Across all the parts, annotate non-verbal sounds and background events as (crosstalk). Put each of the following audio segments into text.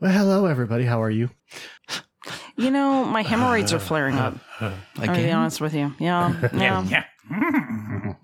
Well, hello, everybody. How are you? You know, my hemorrhoids are flaring up. I'm gonna be Uh, Again? honest with you. (laughs) Yeah, yeah. Yeah.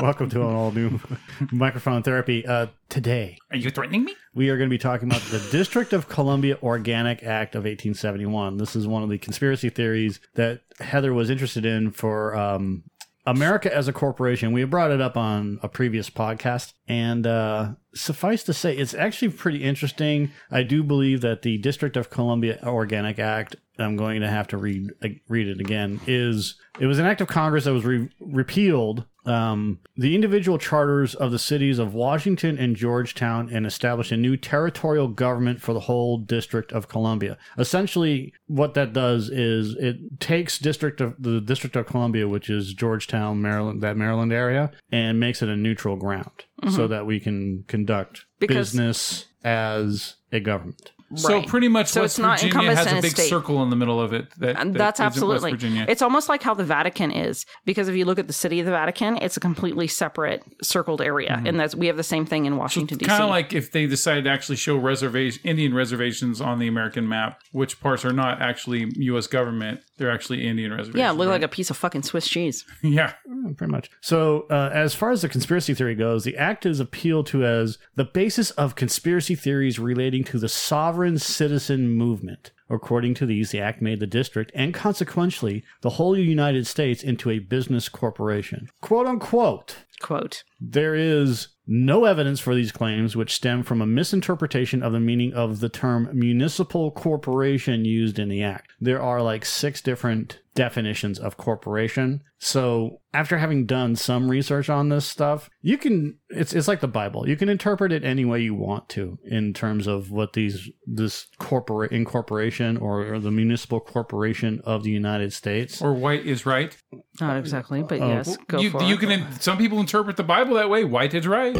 Welcome to an all new (laughs) microphone therapy. Uh, today, Are you threatening me? we are going to be talking about the District of Columbia Organic Act of 1871. This is one of the conspiracy theories that Heather was interested in for um, America as a corporation. We brought it up on a previous podcast, and uh, suffice to say, it's actually pretty interesting. I do believe that the District of Columbia Organic Act. I'm going to have to read uh, read it again. Is it was an act of Congress that was re- repealed um, the individual charters of the cities of Washington and Georgetown and established a new territorial government for the whole District of Columbia. Essentially, what that does is it takes District of the District of Columbia, which is Georgetown, Maryland, that Maryland area, and makes it a neutral ground so that we can conduct Because- business as a government. So Right. pretty much So it's West not Virginia encompassed has in a a big state. circle in the middle of it. That, And that that's isn't West absolutely. Virginia. It's almost like how the Vatican is, because if you look at the city of the Vatican, it's a completely separate circled area, and that's we have the same thing in Washington D.C. kind of Mm-hmm. like if they decided to actually show reservation Indian reservations on the American map, which parts are not actually U.S. government; they're actually Indian reservations. yeah, look right? like a piece of fucking Swiss cheese. (laughs) yeah. pretty much. So, uh, as far as the conspiracy theory goes, the act is appealed to as the basis of conspiracy theories relating to the sovereign citizen movement. According to these, the act made the district and consequently the whole United States into a business corporation. Quote unquote. Quote. There is no evidence for these claims, which stem from a misinterpretation of the meaning of the term municipal corporation used in the act. There are like six different definitions of corporation. So, after having done some research on this stuff, you can it's it's like the Bible. You can interpret it any way you want to in terms of what these this corporate incorporation or, or the municipal corporation of the United States. Or white is right. Not exactly, but yes, go Oh, you, for you it. can. Some people interpret the Bible that way. White is right.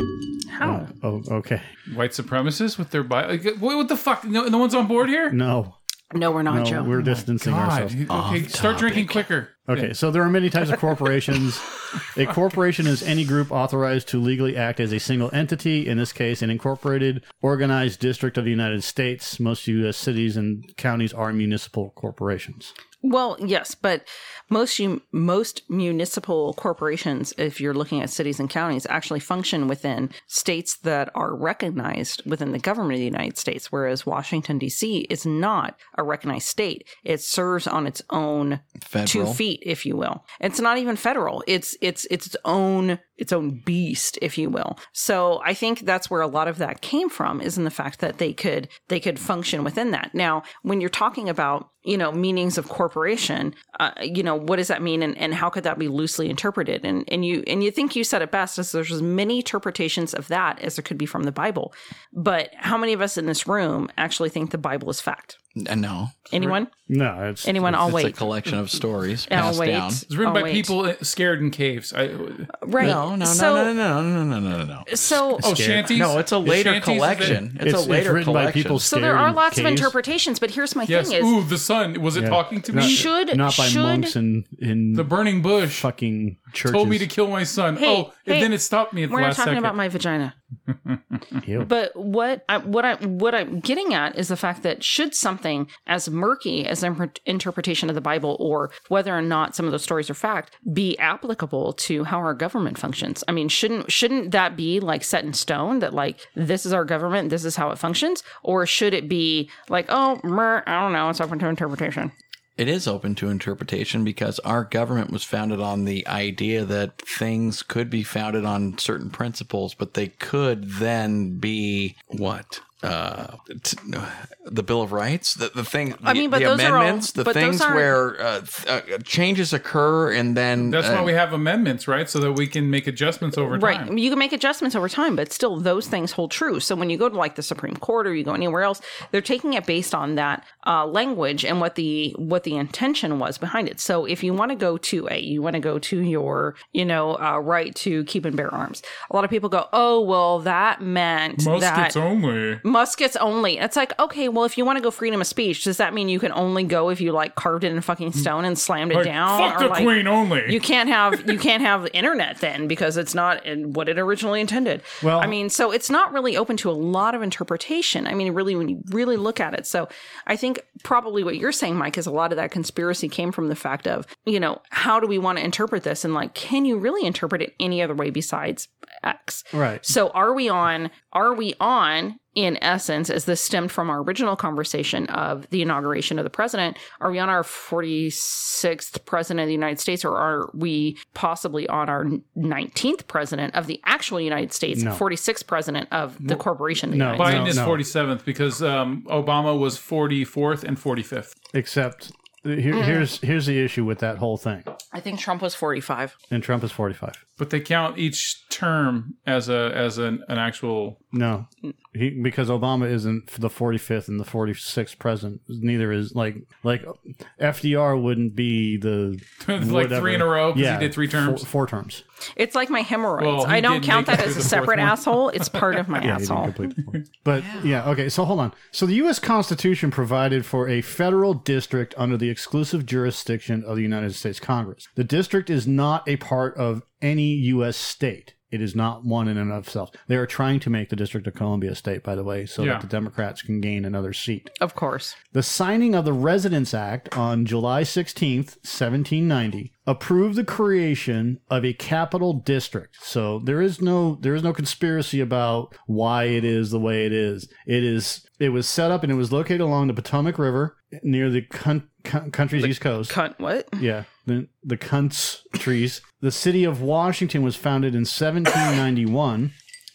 How? Oh, okay. White supremacists with their Bible. Like, what, what the fuck? No, no one's on board here. No. No, we're not, No, Joe. we're distancing oh God. ourselves. Okay, start drinking quicker. Okay, so there are many types (laughs) of corporations. a corporation is any group authorized to legally act as a single entity, in this case, an incorporated, organized district of the United States. Most U.S. cities and counties are municipal corporations. Well, yes, but most you, most municipal corporations, if you're looking at cities and counties, actually function within states that are recognized within the government of the United States. Whereas Washington D.C. is not a recognized state; it serves on its own Federal. two feet, if you will. It's not even federal. It's it's it's its own its own beast, if you will. So I think that's where a lot of that came from, is in the fact that they could they could function within that. Now, when you're talking about you know meanings of corporation, uh, you know what does that mean, and, and how could that be loosely interpreted? And and you and you think you said it best is there's as many interpretations of that as there could be from the Bible, but how many of us in this room actually think the Bible is fact? Uh, No, Anyone? No, it's Anyone? I'll it's wait. a collection of stories I'll passed wait. down. It's written I'll by Oh, wait. people scared in caves. I, Right. No, no, so, no, no, no, no, no, no, no, no. So oh, shanties. No, it's a later Shanties is a- collection. It's, it's, a later written collection. by people. So there scared are in lots of caves. interpretations, but here's my Yes. thing is Ooh, the sun. Was it Yeah. talking to me? Not- Should- not by should- monks in in the burning bush fucking churches. told me to kill my son. Hey, oh, hey, and then it stopped me at the we're not last talking second. about my (laughs) vagina. Ew. But what I what I what I'm getting at is the fact that should something as murky as an interpretation of the Bible or whether or not some of those stories are fact be applicable to how our government functions. I mean, shouldn't shouldn't that be like set in stone that like this is our government, this is how it functions, or should it be like oh, mer, I don't know, it's open to interpretation. it is open to interpretation because our government was founded on the idea that things could be founded on certain principles, but they could then be what? Uh, t- the Bill of Rights, the, the thing, the, I mean, but the those are all- amendments, the but those things aren't- where uh, th- uh, changes occur, and then That's uh, why we have amendments, right? So that we can make adjustments over Right. time. You can make adjustments over time, but still those things hold true. So when you go to like the Supreme Court or you go anywhere else, they're taking it based on that uh, language and what the what the intention was behind it. So if you want to go to a, you want to go to your, you know, uh, right to keep and bear arms. A lot of people go, oh well, that meant that Muskets only. muskets only. It's like, okay, well, if you want to go freedom of speech, does that mean you can only go if you like carved it in fucking stone and slammed it Like, down? fuck the like, queen only. You can't have you can't have internet then because it's not in what it originally intended. Well- I mean, so it's not really open to a lot of interpretation. I mean, really, when you really look at it, so I think probably what you're saying, Mike, is a lot of that conspiracy came from the fact of you know how do we want to interpret this and like can you really interpret it any other way besides X? Right. So are we on are we on in essence as this stemmed from our original conversation of the inauguration of the president are we on our 46th president of the United States or are we possibly on our 19th president of the actual United States No. 46th president of the corporation of the no. United By- States. Biden No, is no. 47th because um, Obama was 44th and 45th. Except here, Mm. here's here's the issue with that whole thing. I think Trump was 45 And Trump is 45. But they count each term as a as an, an actual. No, he because Obama isn't the 45th and the 46th president. Neither is like like FDR wouldn't be the (laughs) like whatever. three in a row 'cause he did three terms. Four, four terms. it's like my hemorrhoids Well, he I don't did count make that it as through a the separate fourth one. asshole it's part (laughs) of my Yeah, he didn't asshole complete the point. But yeah, okay. So hold on. So the U.S. Constitution provided for a federal district under the exclusive jurisdiction of the United States Congress. The district is not a part of any U.S. state. It is not one in and of itself. They are trying to make the District of Columbia a state, by the way, so Yeah. that the Democrats can gain another seat. of course The signing of the Residence Act on July 16th, 1790, approved the creation of a capital district. So there is no there is no conspiracy about why it is the way it is. It is it was set up and it was located along the Potomac River near the con- con- country's east coast. cunt what Yeah, the the cunts trees. The city of Washington was founded in 1791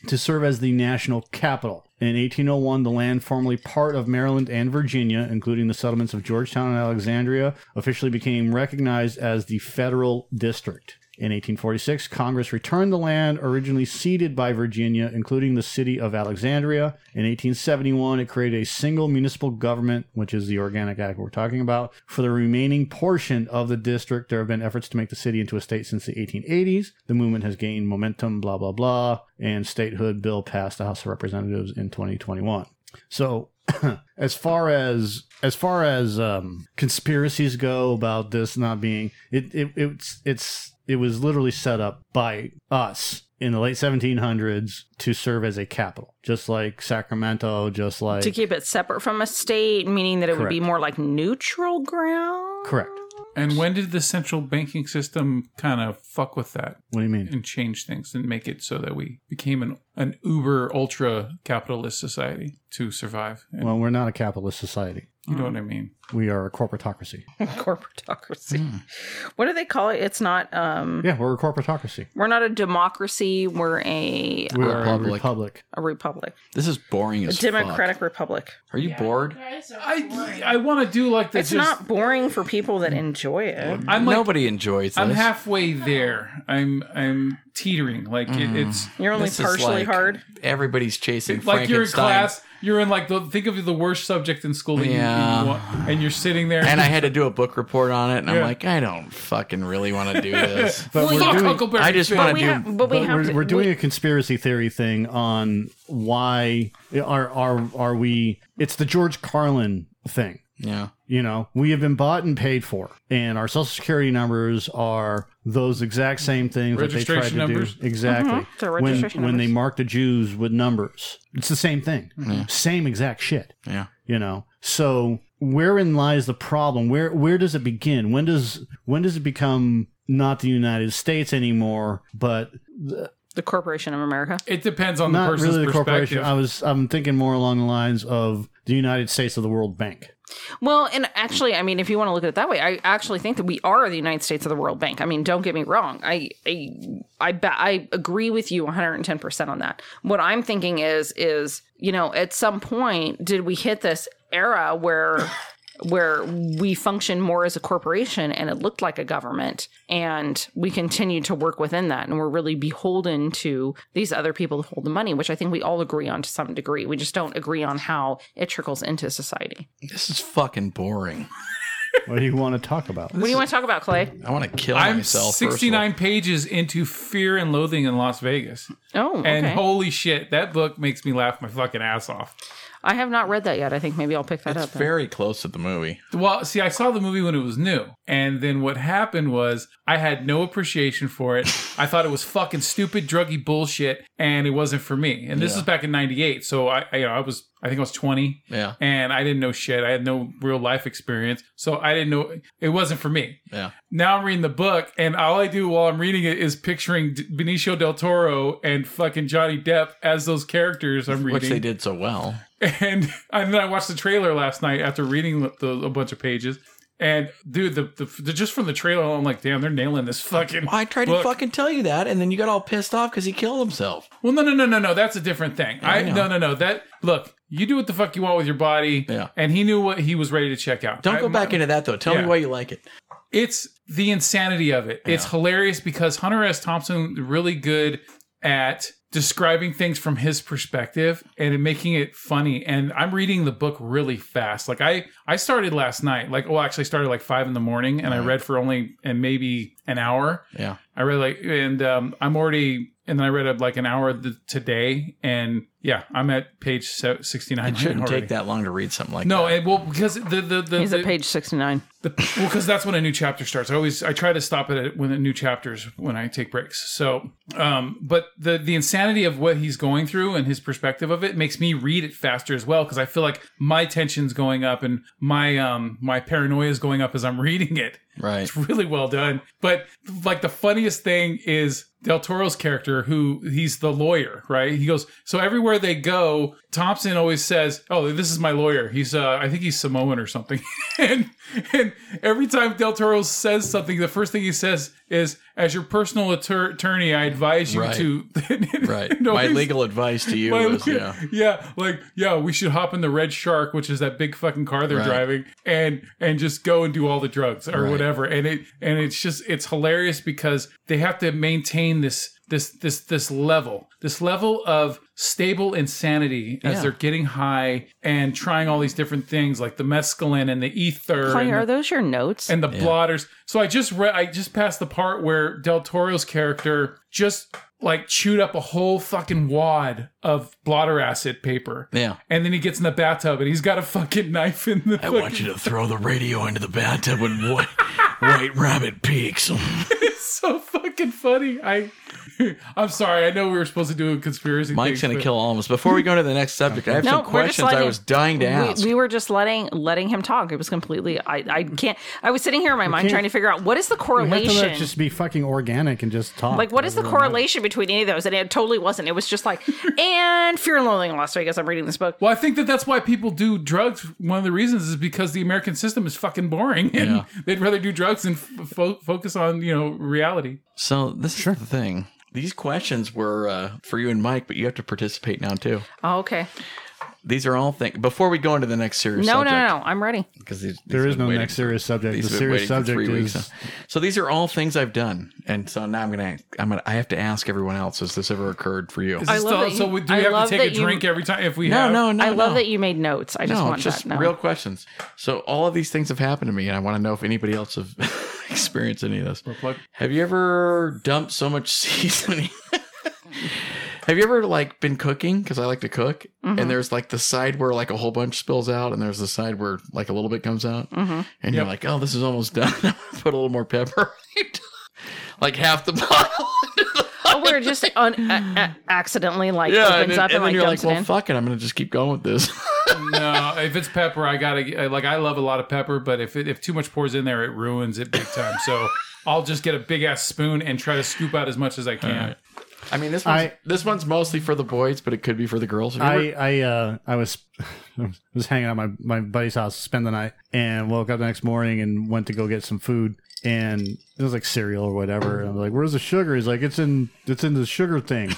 to serve as the national capital. In 1801, the land formerly part of Maryland and Virginia, including the settlements of Georgetown and Alexandria, officially became recognized as the federal district. In 1846, Congress returned the land originally ceded by Virginia, including the city of Alexandria. In 1871, it created a single municipal government, which is the Organic Act we're talking about. For the remaining portion of the district, there have been efforts to make the city into a state since the 1880s. The movement has gained momentum, blah, blah, blah, and statehood bill passed the House of Representatives in 2021. So, (clears throat) as far as as far as um, conspiracies go about this not being it, it it's it's it was literally set up by us in the late 1700s to serve as a capital, just like Sacramento, just like to keep it separate from a state meaning that it would be Correct. more like neutral ground correct. And when did the central banking system kind of fuck with that What do you mean? and change things and make it so that we became an an uber ultra capitalist society to survive? And Well, we're not a capitalist society. you know what I mean? We are a (laughs) corporatocracy. (laughs) corporatocracy. Hmm. What do they call it? It's not um Yeah, we're a corporatocracy. we're not a democracy, we're a We are a Republic. republic. a republic. This is boring A as democratic republic. fuck. Are you bored? I I want to do like the It's just- not boring for people that enjoy it. I'm like Nobody enjoys this. I'm halfway there. I'm I'm teetering. Like it, Mm. it's You're only This is partially like hard. Everybody's chasing like you're in Frankenstein. class. You're in like the think of the worst subject in school that you- Yeah. you, want, and you're sitting there. And I had to do a book report on it, and I'm Yeah. like, I don't fucking really want (laughs) to do this. But Well, we're yeah. (laughs) fuck doing- Huckleberry. I just Finn. wanna But we do- have but we but have we're, to- we're doing we- a conspiracy theory thing on why are are are we it's the george carlin thing Yeah. you know we have been bought and paid for and our social security numbers are those exact same things that they tried to Registration numbers? do exactly Mhm, they're when, registration when they numbers. marked the jews with numbers it's the same thing Mm-hmm. same exact shit Yeah. you know so wherein lies the problem where where does it begin when does when does it become not the united states anymore but the Corporation of America. It depends on the not person's really the corporation. perspective. I was I'm thinking more along the lines of the United States of the World Bank. Well, and actually, I mean, if you want to look at it that way, I actually think that we are the United States of the World Bank. I mean, don't get me wrong. I I I, ba- I agree with you 110% on that. What I'm thinking is is, you know, at some point did we hit this era where where we function more as a corporation and it looked like a government and we continue to work within that and we're really beholden to these other people who hold the money which i think we all agree on to some degree we just don't agree on how it trickles into society This is fucking boring. What do you want to talk (laughs) about? What do you want to talk about, Clay? I want to kill I'm myself. 69 pages into Fear and Loathing in Las Vegas. Oh, okay. And holy shit, that book makes me laugh my fucking ass off. I have not read that yet. I think maybe I'll pick that It's up. then. very close to the movie. Well, see, I saw the movie when it was new, and then what happened was I had no appreciation for it. I thought it was fucking stupid, druggy bullshit, and it wasn't for me. And this Yeah. was back in '98, so I, I, you know, I was, I think I was 20, Yeah. and I didn't know shit. I had no real life experience, so I didn't know it wasn't for me. Yeah. Now I'm reading the book, and all I do while I'm reading it is picturing D- Benicio del Toro and fucking Johnny Depp as those characters I'm reading. Which they did so well. and and then I watched the trailer last night after reading the, the, a bunch of pages. And dude, the, the, the just from the trailer, I'm like, damn, they're nailing this fucking. I tried book. to fucking tell you that, and then you got all pissed off because he killed himself. Well, no, no, no, no, no. That's a different thing. I, I know. no, no, no. That look, you do what the fuck you want with your body. Yeah. And he knew what he was ready to check out. Don't I- go back into that though. Tell yeah. me why you like it. it's the insanity of it. It's hilarious because Hunter S. Thompson really good at describing things from his perspective and making it funny. And I'm reading the book really fast. Like I I started last night. Like well, actually I started like five in the morning, and I read for only and maybe an hour. Yeah. I read like, and um, I'm already, and then I read up like an hour th- today, and yeah, I'm at page se- 69. It shouldn't already. take that long to read something like No, that. and well, because the the the, He's the at page sixty nine. the, well, because that's when a new chapter starts. I always I try to stop it at when a new chapters when I take breaks. So, um, but the the insanity of what he's going through and his perspective of it makes me read it faster as well because I feel like my tension's going up and my um my paranoia is going up as I'm (laughs) reading it. (laughs) Right. It's really well done. But like the funniest thing is Del Toro's character, who he's the lawyer, right? He goes, so everywhere they go, Thompson always says, "Oh, this is my lawyer." He's, uh, I think he's Samoan or something. (laughs) and and every time Del Toro says something, the first thing he says is, "As your personal attor- attorney, I advise you Right. to." (laughs) Right. No, My he's- legal advice to you my- is (laughs) yeah. yeah, like yeah, we should hop in the Red Shark, which is that big fucking car they're Right. driving, and and just go and do all the drugs or Right. whatever. And it and it's just it's hilarious because they have to maintain this this this this level this level of stable insanity as Yeah. they're getting high and trying all these different things like the mescaline and the ether Clay, and the- are those your notes? and the blotters. So I just read, I just passed the part where Del Toro's character just like chewed up a whole fucking wad of blotter acid paper. Yeah. And then he gets in the bathtub and he's got a fucking (laughs) knife in the. I want you to throw the radio into the bathtub when (laughs) White, white Rabbit peaks. It's so fucking funny. I, (laughs) I'm sorry. I know we were supposed to do a conspiracy. Mike's thing, gonna but- kill all of us. Before we go to the next subject, I have No, some we're just questions I letting- was dying to ask. we, we were just letting letting him talk. It was completely. I I can't. I was sitting here in my mind can't- trying to figure out what is the You have to let it correlation. just be fucking organic and just talk. Like, what is the Everyone- correlation between any of those? And it totally wasn't. It was just (laughs) like, and Fear and Loathing in Las Vegas. I'm reading this book. Well, I think that that's why people do drugs. One of the reasons is because the American system is fucking boring, (laughs) and Yeah. they'd rather do drugs and f- fo- focus on you know reality. so this is the thing. These questions were uh, for you and Mike, but you have to participate now too. Oh, okay. These are all things. Before we go into the next serious No, subject, no, no, no. I'm ready. because these, There these is been no waiting next for- serious subject. these The have been serious waiting for subject three is. Weeks. So these are all things I've done, and so now I'm gonna I'm gonna I have to ask everyone else: Has this ever occurred for you? Is I this love still- that you- so we- do we I have love to take a that you- drink every time if we No, have? no, no. I love no. that you made notes. I just No, want just that. No. real questions. So all of these things have happened to me, and I want to know if anybody else have (laughs) experienced any of this. plug. Have you ever dumped so much (laughs) seasoning? (laughs) have you ever like been cooking? Because I like to cook, Mm-hmm. and there's like the side where like a whole bunch spills out, and there's the side where like a little bit comes out, Mm-hmm. and you're Yep. like, oh, this is almost done. (laughs) I'm gonna Put a little more (laughs) pepper, like half the (laughs) (laughs) bottle. into the- Oh, we're just un- a- a- accidentally like yeah, and opens then, up and, and then like you're dumps like, well, it in. fuck it, I'm gonna just keep going with this. (laughs) no, if it's pepper, I gotta get- like. I love a lot of pepper, but if it, if too much pours in there, it ruins it big time. So I'll just get a big ass spoon and try to scoop out as much as I can. I mean, this one's, I- this one's mostly for the boys, but it could be for the girls. Have you (laughs) ever- I I uh I was (laughs) I was hanging out at my my buddy's house to spend the night and woke up the next morning and went to go get some food and it was like cereal or whatever and I was like where's the sugar he's like it's in it's in the sugar (laughs) thing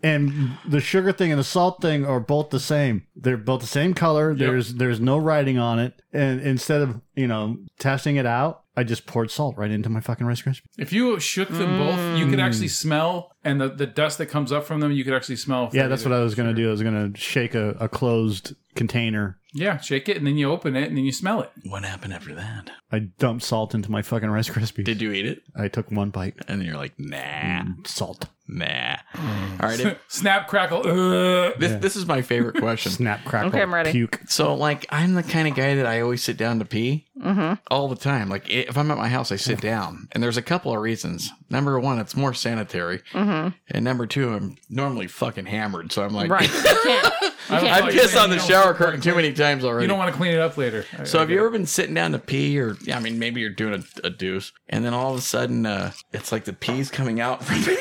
and the sugar thing and the salt thing are both the same they're both the same color there's there's no writing on it and instead of you know testing it out I just poured salt right into my fucking rice krispie If you shook them both, you could actually Mm. smell, and the, the dust that comes up from them, you could actually smell. yeah that's what I was gonna do I was gonna shake a, a closed container Yeah, shake it and then you open it and then you smell it. What happened after that? I dumped salt into my fucking Rice Krispies. Did you eat it? I took one bite. And then you're like, nah, Salt. nah. Mm. All right. (laughs) If, Snap, crackle. Uh, this, this is my favorite (laughs) question. Snap, crackle, Okay, I'm ready. puke. So, like, I'm the kind of guy that I always sit down to pee Mm-hmm. all the time. Like, if I'm at my house, I sit down, and there's a couple of reasons. Number one, it's more sanitary, Mm-hmm. and number two, I'm normally fucking hammered, so I'm like, (laughs) Right. You can't. I Yeah. like I you're pissed saying on the Oh, you don't shower want to curtain too clean- many times already. You don't want to clean it up later. I- so I have get you it. ever been sitting down to pee, or I mean, maybe you're doing a, a deuce, and then all of a sudden, uh, it's like the pee's coming out from (laughs)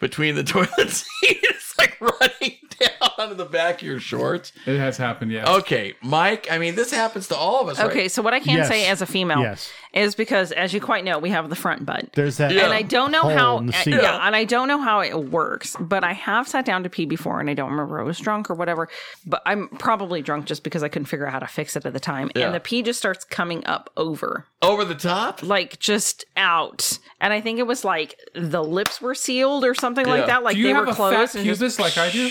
between the toilet seat. (laughs) It's like running down onto the back of your shorts. It has happened, yeah. Oh, Okay, Mike. I mean, this happens to all of us. Okay, right? so what I can Yes. say as a female Yes. is because, as you quite know, we have the front butt. There's that. Yeah. and I don't know hole how. in the uh, seat. yeah, and I don't know how it works. But I have sat down to pee before, and I don't remember I was drunk or whatever. But I'm probably drunk just because I couldn't figure out how to fix it at the time. Yeah. And the pee just starts coming up over, over the top. like just out. And I think it was like the lips were sealed or something Yeah. like that. Like do you they have were a closed. fat and just- pubis like I do?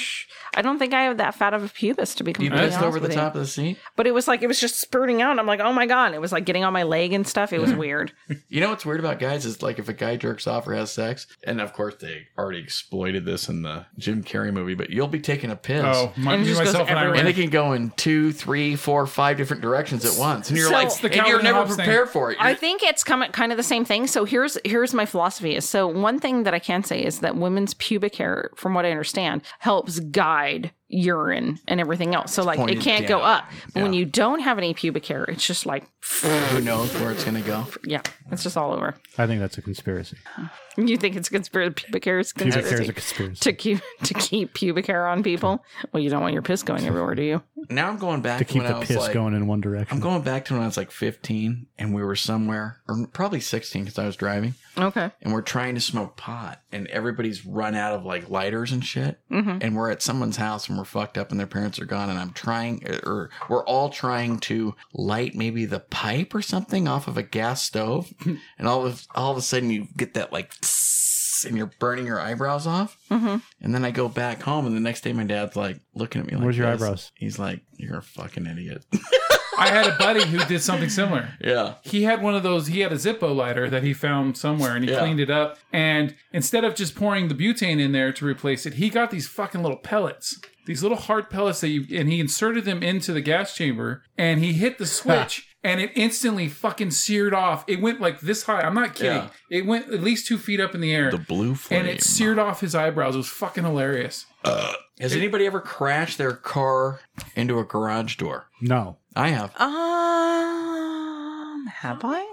I don't think I have that fat of a pubis to be You completely pissed honest over the with you. top of the seat. But it was like it was just spurting out. and I'm like, oh my god! It was like getting on my leg and stuff. It Mm-hmm. was weird. (laughs) You know what's weird about guys is like if a guy jerks off or has sex, and of course they already exploited this in the Jim Carrey movie, but you'll be taking a piss. Oh, my, And it me, just goes myself, and I everywhere. And ran. it can go in two, three, four, five different directions at once, and you're So- like, It's the and you're Calvin never Hobbes thing. prepared for it. I think it's come kind of the same thing. So here's here's my philosophy is so one thing that I can say is that women's pubic hair, from what I understand, helps guide urine and everything else. So like it pointed can't go down. up. But when you don't have any pubic hair, it's just like (laughs) You're- who knows where it's gonna go? yeah, it's just all over. I think that's a conspiracy. You think it's a conspiracy pubic hair is a Pubic hair conspiracy is a conspiracy. to keep to keep pubic hair on people? Well, you don't want your piss going everywhere, do you? Now I'm going back To to, keep when I the was piss like, going in one I'm direction. going back to when I was like 15, and we were somewhere, or probably 16, because I was driving. Okay. and we're trying to smoke pot and everybody's run out of like lighters and shit and we're at someone's house and we're fucked up and their parents are gone and i'm trying or we're all trying to light maybe the pipe or something off of a gas stove and all of all of a sudden you get that like tss, and you're burning your eyebrows off and then i go back home and the next day my dad's like looking at me like Where's your this. eyebrows? he's like you're a fucking idiot (laughs) I had a buddy who did something similar. yeah he had one of those he had a zippo lighter that he found somewhere and he Yeah. cleaned it up and instead of just pouring the butane in there to replace it he got these fucking little pellets these little hard pellets that you and he inserted them into the gas chamber and he hit the switch and it instantly fucking seared off it went like this high i'm not kidding Yeah. it went at least two feet up in the air the blue flame and it seared off his eyebrows it was fucking hilarious Uh, has anybody ever crashed their car into a garage door No. i have Um, have I?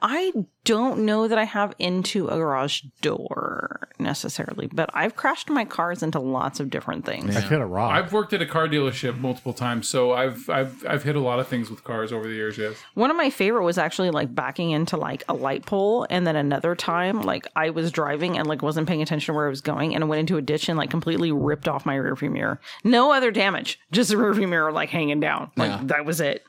I don't know that I have into a garage door necessarily, but I've crashed my cars into lots of different things. I hit a rock. i've worked at a car dealership multiple times so i've i've i've hit a lot of things with cars over the years yes One of my favorite was actually like backing into like a light pole, and then another time like I was driving and like wasn't paying attention to where I was going, and went into a ditch and like completely ripped off my rearview mirror. No other damage, just the rearview mirror like hanging down. Like Yeah. that was it.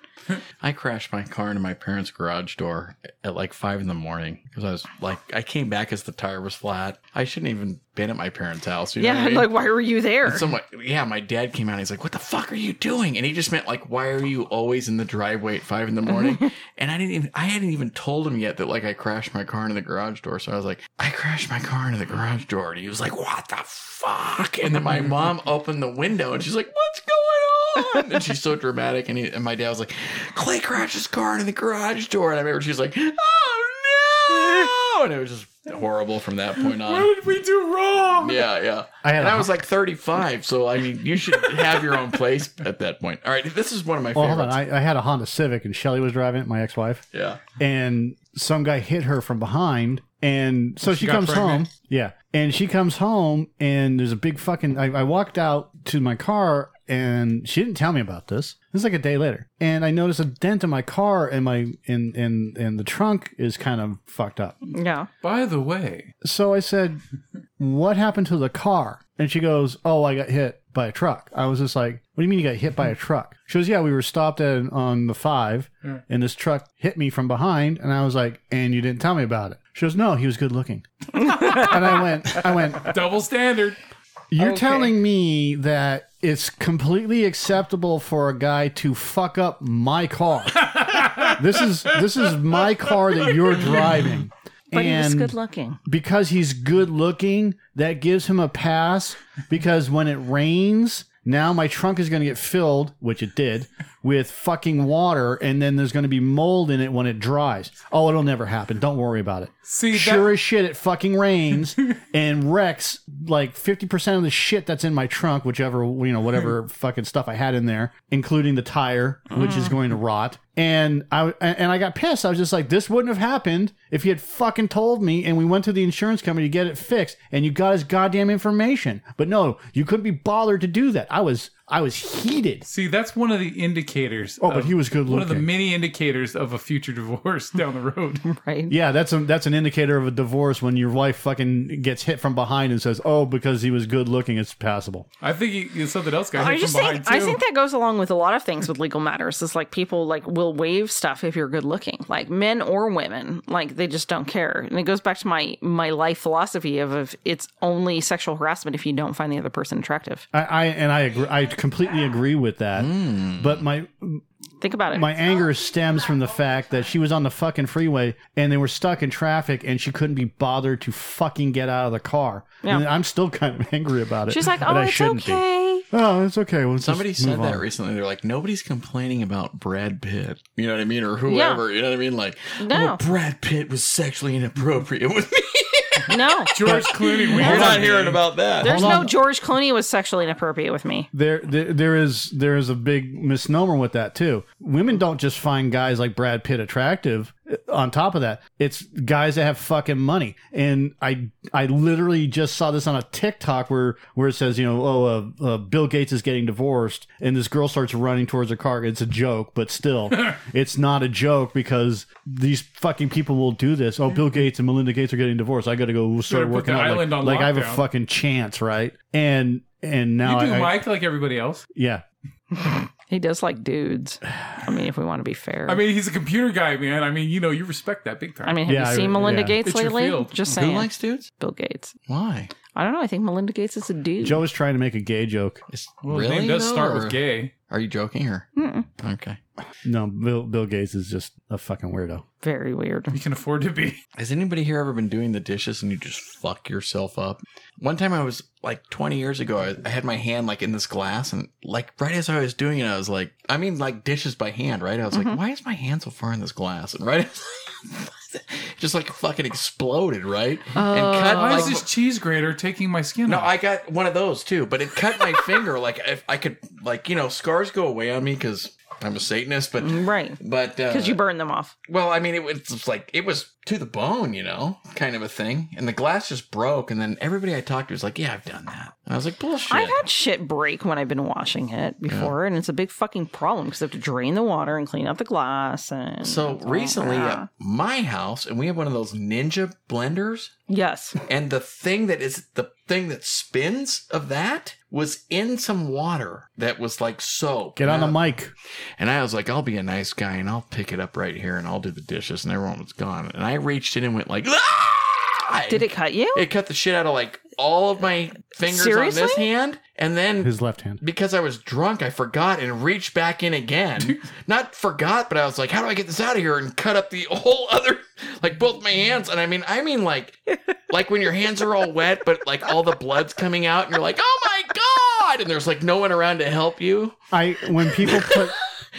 I crashed my car into my parents' garage door at like five in the morning because I was like, I came back as the tire was flat. I shouldn't even been at my parents' house. You know Yeah, what (laughs) I mean? like why were you there? Someone- yeah, my dad came out. and He's like, "What the fuck are you doing?" And he just meant like, "Why are you always in the driveway at five in the morning?" (laughs) and I didn't even, I hadn't even told him yet that like I crashed my car into the garage door. So I was like, "I crashed my car into the garage door," and he was like, "What the fuck?" And then my mom opened the window and she's like, "What's going on?" And she's so dramatic. And, he, and my dad was like, "Clay crashed his car into the garage door," and I remember she's like, "Oh no!" And it was just horrible from that point on. what did we do wrong Yeah, yeah. I had and a- I was like 35, so I mean, you should have your own place at that point. All right, this is one of my well, favorites. hold on. I, I had a Honda Civic and Shelly was driving it, my ex wife, yeah. and some guy hit her from behind. And so she, got comes home. pregnant. Yeah. And she comes home, and there's a big fucking. I, I walked out to my car, and she didn't tell me about this. This is like a day later. And I noticed a dent in my car, and my and, and, and the trunk is kind of fucked up. yeah. by the way So I said, What happened to the car? And she goes, Oh, I got hit by a truck. I was just like, What do you mean you got hit by a truck? She goes, Yeah, we were stopped at, on the five and this truck hit me from behind. And I was like, And you didn't tell me about it. She goes, No, he was good looking. (laughs) and I went, I went, double standard You're telling me that it's completely acceptable for a guy to fuck up my (laughs) car. this is this is my car that you're driving. But he was And- good looking. because he's good looking, that gives him a pass. Because when it rains, now my trunk is going to get filled, which it did, with fucking water, and then there's going to be mold in it when it dries. Oh, it'll never happen. Don't worry about it. See, that- sure as shit, it fucking rains and wrecks like fifty percent of the shit that's in my trunk, whichever you know, whatever fucking stuff I had in there, including the tire, which is going to rot. And I and I got pissed. I was just like, this wouldn't have happened if you had fucking told me. And we went to the insurance company to get it fixed, and you got his goddamn information. But no, you couldn't be bothered to do that. I was I was heated. See, that's one of the indicators. Oh, but of- he was good One of the looking. many indicators of a future divorce down the (laughs) road. Right. Yeah, that's a, that's an indicator of a divorce when your wife fucking gets hit from behind and says, "Oh, because he was good looking, it's passable." I think he, he- something else got I hit from just behind think I too. think that goes along with a lot of things with legal matters. Is like people like will waive stuff if you're good looking, like men or women, like they just don't care. And it goes back to my my life philosophy of, of it's only sexual harassment if you don't find the other person attractive. I, I and I agree. I completely agree with that. Hmm. But my Think about it. my anger stems from the fact that she was on the fucking freeway and they were stuck in traffic and she couldn't be bothered to fucking get out of the car. Yeah. And I'm still kind of (laughs) angry about it. She's like, but oh, I it's shouldn't be. okay. Oh, it's okay. Well, just Somebody said move that on. recently. They're like, nobody's complaining about Brad Pitt. You know what I mean? Or whoever. You know what I mean? Like, No. well, Brad Pitt was sexually inappropriate with me. (laughs) No, (laughs) George Clooney. we You're love not you. hearing about that. there's no George Clooney was sexually inappropriate with me. There, there, there is there is a big misnomer with that too. Women don't just find guys like Brad Pitt attractive. Uh, On top of that, it's guys that have fucking money. And I, I literally just saw this on a TikTok where where it says, you know, oh, uh, uh, Bill Gates is getting divorced, and this girl starts running towards her car. It's a joke, but (laughs) still, it's not a joke because these fucking people will do this. Oh, Bill Gates and Melinda Gates are getting divorced. I got to go start put working the out. island like, on like I have a lockdown. fucking chance, right? And and now You do I, I- Mike like everybody else. yeah. He does like dudes. I mean, if we want to be fair. I mean, he's a computer guy, man. I mean, you know, you respect that big time. I mean, have Yeah, I- you seen Melinda yeah. Gates It's your lately? field. Just Who saying, likes dudes? Bill Gates. Why? I don't know. I think Melinda Gates is a dude. Joe is trying to make a gay joke. It's well, his really name does though, start or- with gay. Are you joking or Mm-mm. okay? No, Bill, Bill Gates is just a fucking weirdo. Very weird. You can afford to Uh, be. Has anybody here ever been doing the dishes and you just fuck yourself up? One time I was like 20 years ago, I, I had my hand like in this glass and like right as I was doing it, I was like, I mean, like dishes by hand, right? I was like, why is my hand so far in this glass? And right, (laughs) just like fucking exploded, right? Uh-huh. and cut Uh, Why is like- this cheese grater taking my skin no, off? I got one of those too, but it cut my finger. Like if I could, like you know, scars go away on me because I'm a Satanist, but Right. but uh, Because Mm-hmm. you burn them off. Well, I mean, it was just like it was to the bone, you know, kind of a thing. And the glass just broke, and then everybody I talked to was like, "Yeah, I've done that." And I was like, "Bullshit." I've had shit break when I've been washing it before, and it's a big fucking problem because I have to drain the water and clean out the glass. And so recently uh, Yeah. at my house, and we have one of those ninja blenders, yes, and the thing that is the thing that spins of that was in some water that was like soap. Get on the And I- mic. And I was like, I'll be a nice guy and I'll pick it up right here and I'll do the dishes and everyone was gone. And I reached in and went like, "Ah!" did it cut you? It cut the shit out of like all of my fingers on this Seriously? hand, and then His left hand. because I was drunk, I forgot and reached back in again. Not forgot, but I was like, "How do I get this out of here?" and cut up the whole other, like both my hands. And I mean, I (laughs) mean like, like when your hands are all wet, but like all the blood's coming out, and you're like, "Oh my god!" and there's like no one around to help you. I when people (laughs) put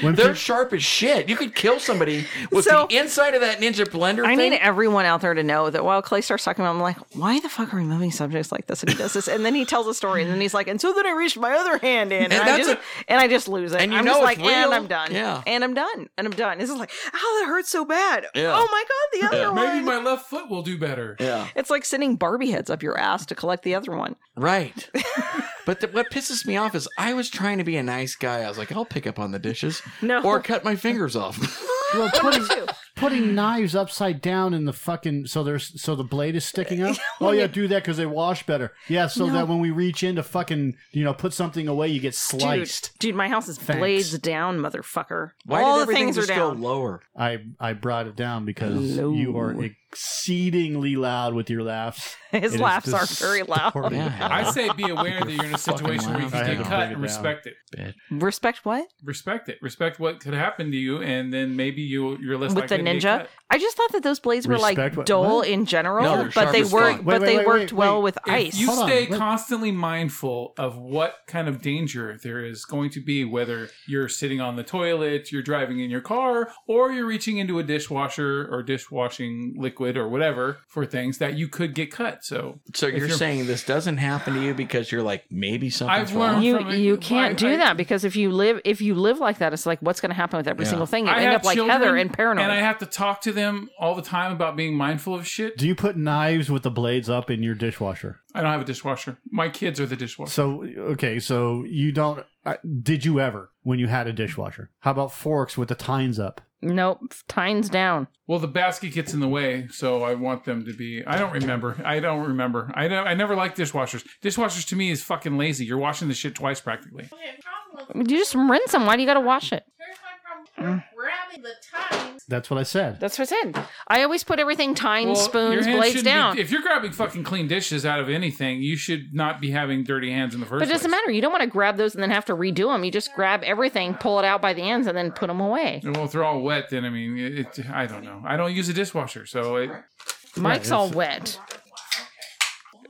when They're peop- sharp as shit. You could kill somebody with So- the inside of that ninja blender. I thing. need everyone out there to know that while Clay starts talking about, it, I'm like, why the fuck are we moving subjects like this? And he does this, and then he tells a story, and then he's like, and so then I reached my other hand in, and, I that's just and I just lose it. And you I'm know just it's like, and real. I'm done. Yeah. and I'm done, and I'm done. It's just like, oh, that hurts so bad. Yeah. Oh my god, the other one. Maybe my left foot will do better. yeah. It's like sending Barbie heads up your ass to collect the other one. Right. but the, what pisses me off is I was trying to be a nice guy. I was like, I'll pick up on the dishes (laughs) No. or cut my fingers off. (laughs) well, put it, putting knives upside down in the fucking so there's so the blade is sticking (laughs) up. Oh yeah, do that because they wash better. Yeah, so that when we reach in to fucking you know put something away, you get Dude, sliced. dude, my house is blades down, motherfucker. Why All did the everything things are just down. go lower? I I brought it down because Hello. you are exceedingly loud with your laughs. (laughs) (laughs) His It is laughs are very loud. distorting. Yeah. (laughs) I say (laughs) be aware that you're in a Fucking situation where you loud. can I get know. cut Break it and down. respect it. Bitch. Respect what? Respect it. Respect what could happen to you, and then maybe you you're less With the likely to get ninja? cut. I just thought that those blades were Respect like what- dull what? in general, No, they're but sharp they as worked fuck. but Wait, they wait, wait, worked wait, well wait. with If ice. you Hold on, stay wait. constantly mindful of what kind of danger there is going to be, whether you're sitting on the toilet, you're driving in your car, or you're reaching into a dishwasher or dishwashing liquid or whatever for things that you could get cut. So So you're, you're- saying this doesn't happen to you because you're like maybe something's I've learned- wrong. You- you from it. you Why- can't do I- that because if you live if you live like that, it's like what's going to happen with every Yeah. single thing. You I end have up like children, Heather and paranoid. and I have to talk to them all the time about being mindful of shit. Do you put knives with the blades up in your dishwasher? I don't have a dishwasher. My kids are the dishwasher. So okay, so you don't. I did you ever when you had a dishwasher? How about forks with the tines up? nope, tines down. Well, the basket gets in the way, so I want them to be. I don't remember. I don't remember. I don't, I never liked dishwashers. Dishwashers to me is fucking lazy. You're washing the shit twice practically. You just rinse them. Why do you got to wash it? Here's my problem. Grabbing the times. That's what I said. That's what I said. I always put everything tines, Well, your spoons, hands blades shouldn't be- down. if you're grabbing fucking clean dishes out of anything, you should not be having dirty hands in the first But it doesn't place. matter. You don't want to grab those and then have to redo them. You just grab everything, pull it out by the ends, and then put them away. And well, if they're all wet, then I mean, it, it- I don't know. I don't use a dishwasher, so it, Mike's it's- all wet.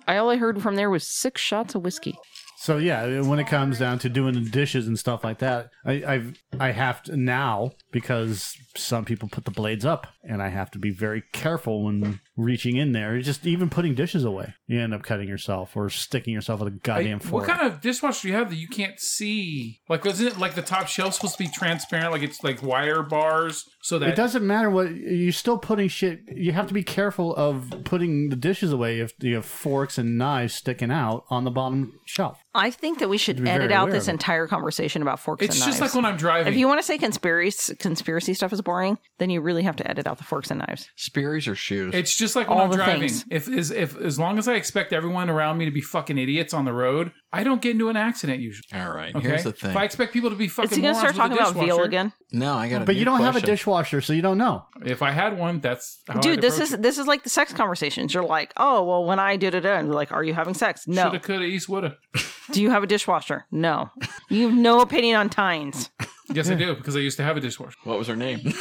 I all I heard from there was six shots of whiskey. So yeah, when it comes down to doing the dishes and stuff like that, I, I've I have to now because some people put the blades up, and I have to be very careful when reaching in there. It's Just even putting dishes away, you end up cutting yourself or sticking yourself with a goddamn Like, fork. What kind of dishwasher do you have that you can't see? Like, isn't it like the top shelf supposed to be transparent? Like it's like wire bars, so that it doesn't matter what you're still putting shit. You have to be careful of putting the dishes away if you have forks and knives sticking out on the bottom shelf. I think that we should be edit very out aware this of it. entire conversation about forks it's and just like knives. when I'm driving. if you want to say conspiracy conspiracy stuff is boring, then you really have to edit out the forks and knives. Spears or shoes? it's just like when all I'm the driving. things. If is if as long as I expect everyone around me to be fucking idiots on the road, I don't get into an accident usually. All right. Okay? Here's the thing. If I expect people to be fucking, Is he going to morons start with a talking about veal dishwasher- again? Oh, no, I got. But you don't have a dishwasher, so you don't know. If I had one, that's how Dude, this is this is like the sex conversations. You're like, oh well, when I did it, and you're like, are you having sex? No. Shoulda, coulda, east, woulda. Do you have a dishwasher? No. you have no opinion on tines. Yes, I do because I used to have a dishwasher. What was her name? (laughs)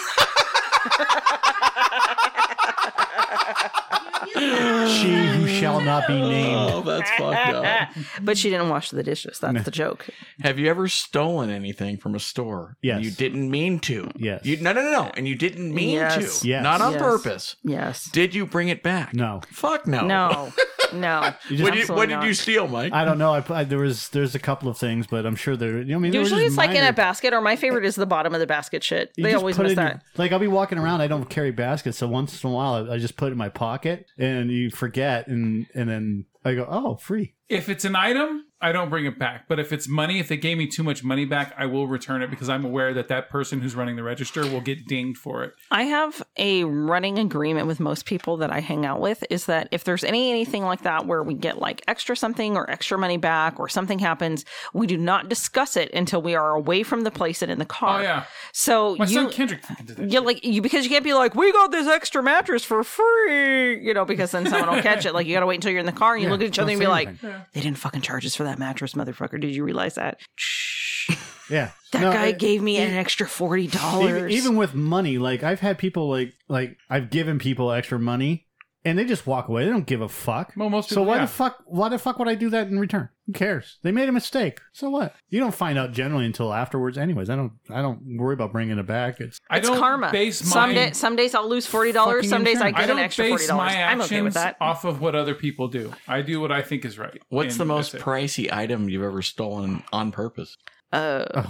She who shall not be named. oh, that's fucked up. But she didn't wash the dishes. That's the joke. Have you ever stolen anything from a store? Yes. You didn't mean to. Yes. You no no no, no. and you didn't mean Yes. to. Yes. Not on Yes. purpose. Yes. Did you bring it back? No. Fuck no. No. (laughs) No. (laughs) What did, Absolutely what did not. you steal, Mike? I don't know. I, I there was there's a couple of things, but I'm sure there. You know, I mean, there were Usually just it's like in minor- a basket, or my favorite is the bottom of the basket shit. you They just always put it miss in your- that. like I'll be walking around. I don't carry baskets, so once in a while I, I just put it in my pocket, and you forget, and and then I go, oh, free. If it's an item, I don't bring it back. But if it's money, if they gave me too much money back, I will return it because I'm aware that that person who's running the register will get dinged for it. I have a running agreement with most people that I hang out with is that if there's any anything like that where we get like extra something or extra money back or something happens, we do not discuss it until we are away from the place and in the car. Oh yeah, So my you son Kendrick fucking did that. Yeah, like you because you can't be like, we got this extra mattress for free, you know, because then someone will catch it. Like you gotta wait until you're in the car and you Yeah, look at each other don't and say be like, anything. they didn't fucking charge us for that mattress, motherfucker. Did you realize that? Shh. Yeah, That No, guy I- gave me an extra forty even, dollars. even with money. Like I've had people like like I've given people extra money, and they just walk away. They don't give a fuck. Well, most so people, why yeah. the fuck why the fuck would I do that in return? Who cares? They made a mistake. So what? You don't find out generally until afterwards, anyways. I don't I don't worry about bringing it back. It's I it's don't karma. Base my, some, day, some days I'll lose forty dollars. Fucking Some days I insurance. get I don't an extra forty base my dollars. I'm actions okay with that. off of what other people do. I do what I think is right. What's And the most that's it. pricey item you've ever stolen on purpose? Uh,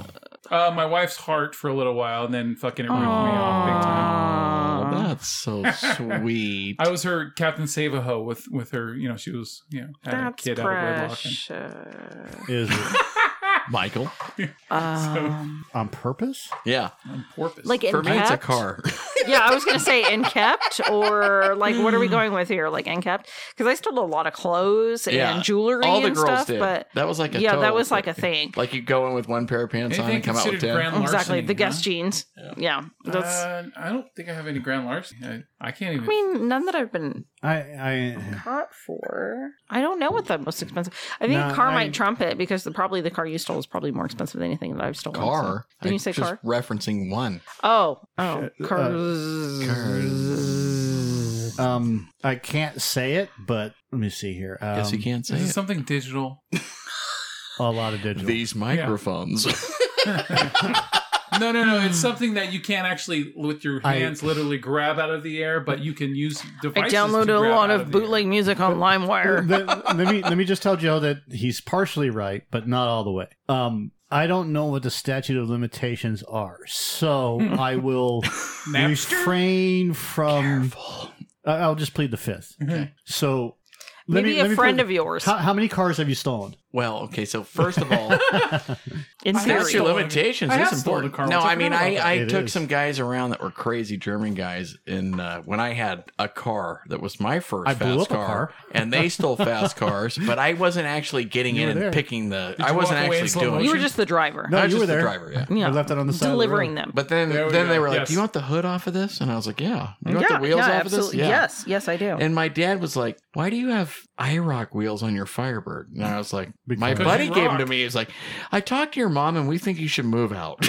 uh, my wife's heart for a little while, and then fucking it ripped me off Oh, big time. Oh, (laughs) that's so sweet. Uh, I was her Captain Save a Ho with with her. You know, she was you know had that's a kid out of wedlock. And, precious. (laughs) is (laughs) Michael. Um, on purpose? Yeah. and porpoise. like in For me, it's a fact, car. yeah, I was gonna say and kept or like what are we going with here? Like and kept because I stole a lot of clothes Yeah. and jewelry (laughs) All the and girls stuff. did. But that was like a yeah, toe, that was but- like a thing. Like you go in with one pair of pants on Anything and come out with considered ten. grand larceny, exactly the guest huh? jeans. Yeah, that's. Uh, I don't think I have any grand larceny. I, I can't even. I mean, none that I've been I, I caught for. I don't know what the most expensive. I think No, car I- might trump it because the, probably the car you stole is probably more expensive than anything that I've stolen. so- car. Didn't you I'm say just car? Referencing one. Oh, oh, Shit, uh, cars. um I can't say it, but let me see here. Um, Guess you can't say Is it it. something digital? A lot of digital. These microphones. No, no, no. Hmm. It's something that you can't actually, with your I- hands, literally grab out of the air, but you can use I devices. to downloaded a grab lot out of the air. bootleg music on LimeWire. let, let me let me just tell Joe that he's partially right, but not all the way. Um, I don't know what the statute of limitations are, (laughs) so I will Napster? refrain Um, (laughs) from. I- I'll just plead the fifth. Mm-hmm. So let Maybe me- let a me friend put- of yours. How, how many cars have you stolen? well, okay. So first of (laughs) all, In I have theory, statute of stolen- limitations I have is stolen important. a car No, once. I I mean, forgot about I, I It took is. some guys around that were crazy German guys, and uh, when I had a car that was my first I fast blew up a car, car. and they (laughs) stole fast cars, but I wasn't actually getting You in were and there. picking the. I you wasn't walk away in actually slow doing. motion? you were just the driver. No, I was you just were the there. driver, yeah. yeah, I left it on the side. delivering of them. But then, There we then go. they were like, Yes. "Do you want the hood off of this?" And I was like, "Yeah." You want yeah, the wheels yeah, off absolutely. of Yes, this? yes, I do. And my dad was like, "Why do you have IROC wheels on your Firebird?" And I was like, "My Because buddy you gave them rock. to me. He was like, I talked to your mom, and we think you should move (laughs) out."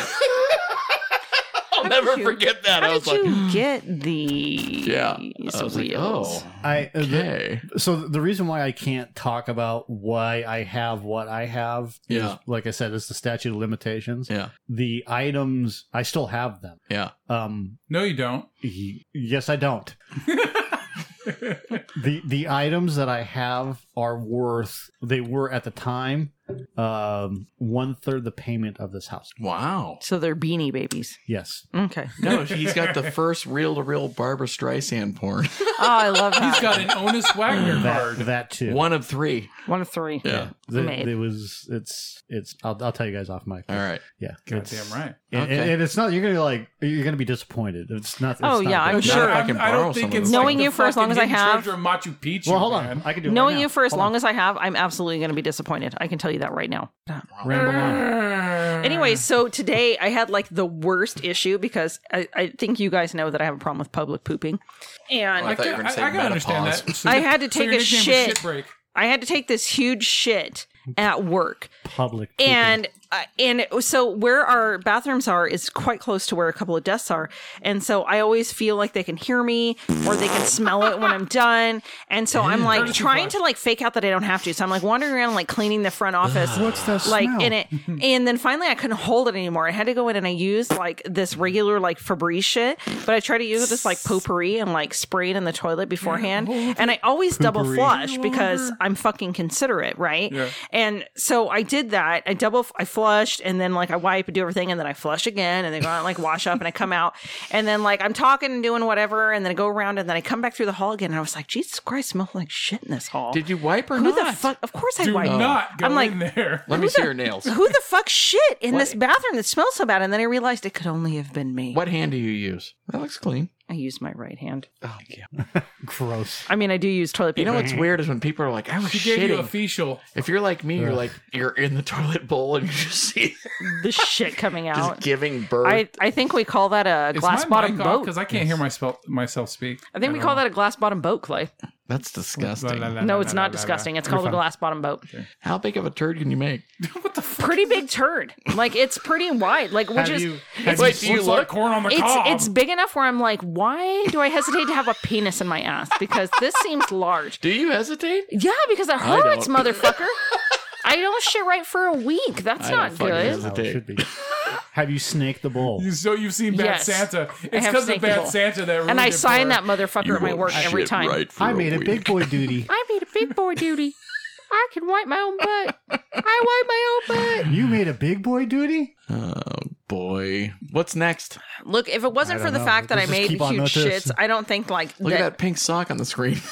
I'll never you- forget that. I how was did like, hmm. you get these "Yeah." I wheels? was like, "Oh, the road. I, uh, the- okay." so the reason why I can't talk about why I have what I have is, Yeah. like I said, it's the statute of limitations. Yeah, The items I still have them. yeah. Um, No, you (laughs) don't. Y- Yes, I don't. the the items that I have are worth they were at the time um one third the payment of this house. Wow. So they're beanie babies. Yes. (laughs) Okay. No, he's got the first reel-to-reel Barbara Streisand porn. Oh, I love that. He's got an Onus Wagner That, card. that too. One of three. one of three. Yeah. The- made. it was it's it's I'll, I'll tell you guys off mic. All right. Yeah. Goddamn it's- right. And, and- Okay. and it's not you're gonna like you're gonna be disappointed. It's not. It's Oh, not yeah, good. I'm Not sure. if I I'm- can I don't borrow some think of those it's things. Knowing like you the for as long fucking as I hidden have- treasure of Machu Picchu. Well, hold on. man. I can do it right Knowing now. you for as Hold long on. as I have, I'm absolutely going to be disappointed. I can tell you that right now. ramble (laughs) on. Anyway, so today I had like the worst issue because I, I think you guys know that I have a problem with public pooping. And Oh, I thought you were can- gonna say I, can understand menopause. that. So- I had to so take your a nickname was shit. (laughs) break. I had to take this huge shit at work. public and uh, and it was- so where our bathrooms are is quite close to where a couple of desks are and so i always feel like they can hear me or they can smell it when i'm done and so i'm like Courtesy trying flush. to like fake out that i don't have to so i'm like wandering around like cleaning the front office What's that like smell? in it and then finally i couldn't hold it anymore i had to go in and i used like this regular like Febreze shit but i tried to use this like potpourri and like spray it in the toilet beforehand and i always double Potpourri. flush because i'm fucking considerate right Yeah. and so I did that. I double, I flushed, and then like I wipe and do everything, and then I flush again, and then go out and like wash up, and I come out, and then like I'm talking and doing whatever, and then I go around, and then I come back through the hall again, and I was like, Jesus Christ, smells like shit in this hall. Did you wipe or Who not? the fuck? Of course I Do wiped. not go I'm like, in there. Let me see your nails. Who the fuck shit in this bathroom that smells so bad? And then I realized it could only have been me. What hand do you use? That looks clean. I used my right hand. Oh, yeah. gross. I mean, I do use toilet You paper. know what's weird is when people are like, I was She gave you a shitting. facial. if you're like me, you're like, you're in the (laughs) toilet bowl and you just see the shit coming just out. giving birth. I, I think we call that a Is glass my bottom mic off? boat. Because I can't hear myself myself speak. I think we call that a glass bottom boat, Clay. That's disgusting. No, it's not disgusting. It's called a glass bottom boat. How big of a turd can you make? (laughs) Pretty big turd. Like it's pretty wide. Like which Have is (laughs) you, have Wait, you do you Looks like look? corn on the it's cob. it's big enough where I'm like, why do I hesitate to have a penis in my ass? Because this seems large. Do you hesitate? Yeah, because it I hurts, don't. (laughs) motherfucker. I don't shit right for a week. That's I not don't fucking good. hesitate. Oh, it should be. have you snaked the bowl? You- so you've seen Bad Yes. Santa. It's have because of snake Bad people. Santa that ruined And I it sign for that her. motherfucker at my won't work every shit time. right for I made it big boy duty. I made a big boy duty. I can wipe my own butt. I wipe my own butt. You made a big boy duty? Oh boy. What's next? Look, if it wasn't I for don't the know. fact that Let's I just made keep huge on with this. shits, I don't think like Look that at that pink sock on the screen. (laughs)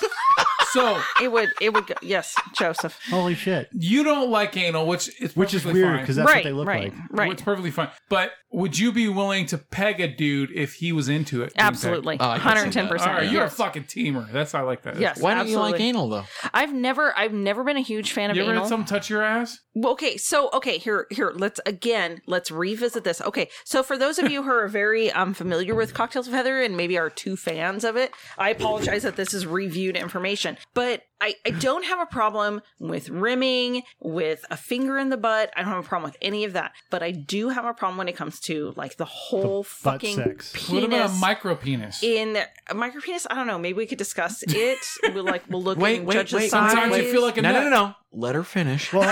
So It would, it would go, yes, Joseph. Holy shit. you don't like anal, which is Which is perfectly weird fine. because that's right, what they look right, like. right. It's perfectly fine. But would you be willing to peg a dude if he was into it? being Absolutely. Oh, I can see that. 110%. pegged? All right, you're a Yes. fucking teamer. That's I like that. Yes, Why don't absolutely. you like anal though? I've never, I've never been a huge fan of You ever anal. had someone touch your ass? Well, okay, so okay, here, here, let's again, let's revisit this. Okay, so for those of you who are very um familiar with cocktails with Heather and maybe are two fans of it, I apologize that this is reviewed information, but I, I don't have a problem with rimming, with a finger in the butt. I don't have a problem with any of that, but I do have a problem when it comes to like the whole butt fucking sex. penis What about a micro penis? in a micro penis. I don't know. Maybe we could discuss it. we'll like we'll look Wait, and wait, judge the wait, size. sometimes Sometimes you feel like a No, nut. no, no, no. Let her finish. (laughs)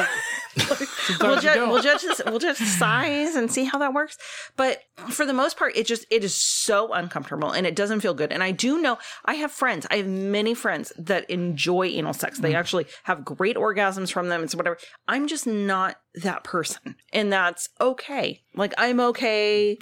Well, we'll, Sometimes you ju- don't. we'll judge this, we'll judge the size and see how that works. But for the most part, it just it is so uncomfortable and it doesn't feel good. And I do know I have friends, I have many friends that enjoy anal sex. Mm. They actually have great orgasms from them and so whatever. I'm just not that person, and that's okay. Like I'm okay,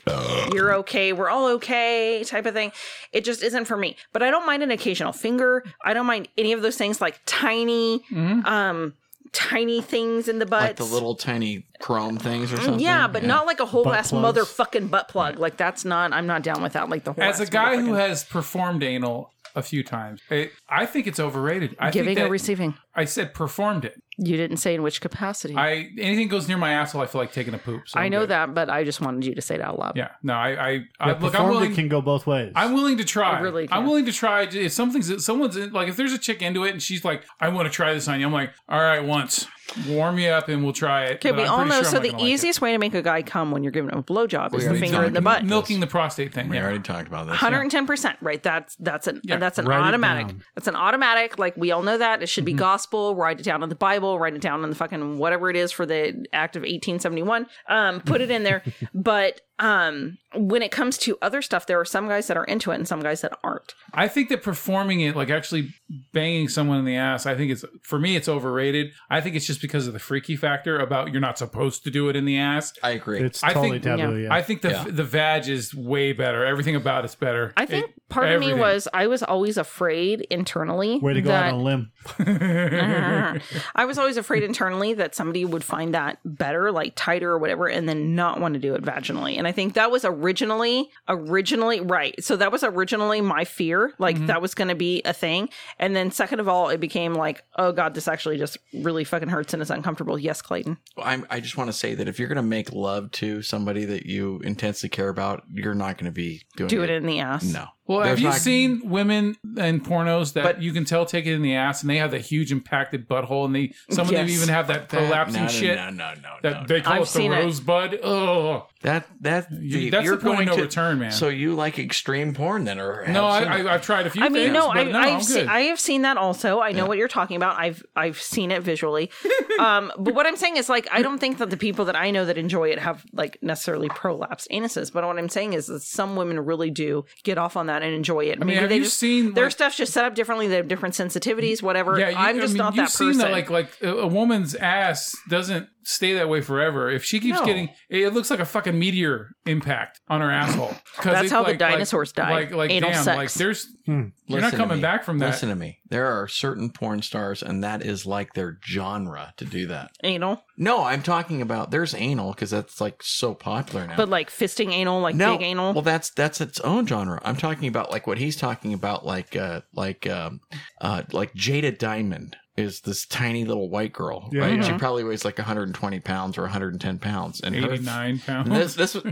you're okay, we're all okay, type of thing. It just isn't for me. But I don't mind an occasional finger. I don't mind any of those things like tiny, Mm-hmm. um. Tiny things in the butt, Like the little tiny chrome things or something. Mm, yeah, but not like a whole Butt ass plugs. motherfucking butt plug. Like that's not. I'm not down with that. Like the whole As a ass guy who motherfucking- has performed anal a few times, it, I think it's overrated. I giving think that, or receiving. I said performed it. You didn't say in which capacity. I, I anything goes near my asshole, I feel like taking a poop. So I'm know good. that, but I just wanted you to say it out loud. Yeah, no, I, I, I yeah, look, I'm performed willing. it can go both ways. I'm willing to try. I really I'm can. willing to try. If something's, someone's in, like, if there's a chick into it and she's like, I want to try this on you, I'm like, all right, once, warm you up and we'll try it. Okay, But we I'm all pretty know. sure I'm so not the gonna like it. easiest way to make a guy come when you're giving him a blowjob is the already finger in the talked butt. about milking the prostate thing. We Yeah. already talked about this. Hundred and ten percent, right? That's that's an Yeah, that's an write it automatic. down. Mm-hmm. That's an automatic. Like we all know that it should be gospel. Write it down in the Bible. Write it down in the fucking whatever it is for the Act of eighteen seventy one. Um, put it (laughs) in there. but um, when it comes to other stuff, there are some guys that are into it and some guys that aren't. I think that performing it, like actually banging someone in the ass, I think it's for me it's overrated. I think it's just because of the freaky factor about you're not supposed to do it in the ass. I agree. it's I totally think- taboo. Yeah. I think the Yeah. the vag is way better. Everything about it's better. I think It- part of everything. me was I was always afraid internally. Way to go that, out on a limb. Mm-hmm. (laughs) I was always afraid internally that somebody would find that better, like tighter or whatever, and then not want to do it vaginally. And I think that was originally, originally, right. So that was originally my fear. Like that was going to be a thing. And then, second of all, it became like, oh God, this actually just really fucking hurts and is uncomfortable. Yes, Clayton. I'm, I just want to say that if you're going to make love to somebody that you intensely care about, you're not going to be doing Do it in the ass. No. Well, have There's you not- seen women in pornos that But- you can tell take it in the ass, and they have the huge impacted butthole, and they some of them Yes. even have that that- prolapsing no, no, shit No, no, no, that no. they call I've it the seen it. rosebud. Ugh. that that You- that's you're the point going of no to, return, man. So you like extreme porn then, or have No, I, seen it. I, I've tried a few. I mean, things, no, but I, no, I'm I've seen good. I have seen that also. I know what you're talking about. I've I've seen it (laughs) visually. um, but what I'm saying is like I don't think that the people that I know that enjoy it have like necessarily prolapsed anuses. But what I'm saying is that some women really do get off on that and enjoy it. I mean, have they you just, seen, their like- stuff's just set up differently? They have different sensitivities, whatever. Yeah, you, I'm I just mean, not you've that seen person. That, like, like a a woman's ass doesn't stay that way forever. If she keeps No. getting, it looks like a fucking meteor impact on her asshole. 'Cause That's it's how the like- dinosaurs like, died. Like, like, Anal damn, sex. like there's, you're Hmm. Listen not to coming me. back from that. Listen to me. There are certain porn stars, and that is like their genre to do that. anal, No, I'm talking about there's anal because that's like so popular now. but like fisting anal, like no, big anal. Well, that's that's its own genre. I'm talking about like what he's talking about, like uh, like um, uh, like Jada Diamond is this tiny little white girl, Yeah. right? She Mhm. probably weighs like 120 pounds or 110 pounds, and her- 89 pounds. and (laughs) this this was-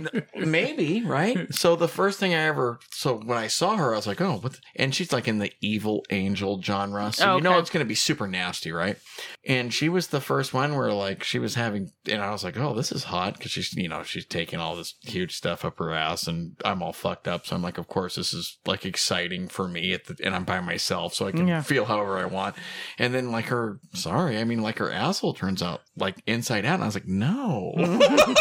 maybe right. So the first thing I ever so when I saw her, I was like, oh, what? the-" And she's like in the evil angel genre, so you know Okay. it's going to be super nasty, right? And she was the first one where like she was having, and I was like, oh, this is hot because she's you know she's taking all this huge stuff up her ass, and I'm all fucked up, so I'm like, of course this is like exciting for me, at the, and I'm by myself, so I can Yeah. feel however I want. And then like her, sorry, I mean like her asshole turns out like inside out, and I was like, no. (laughs)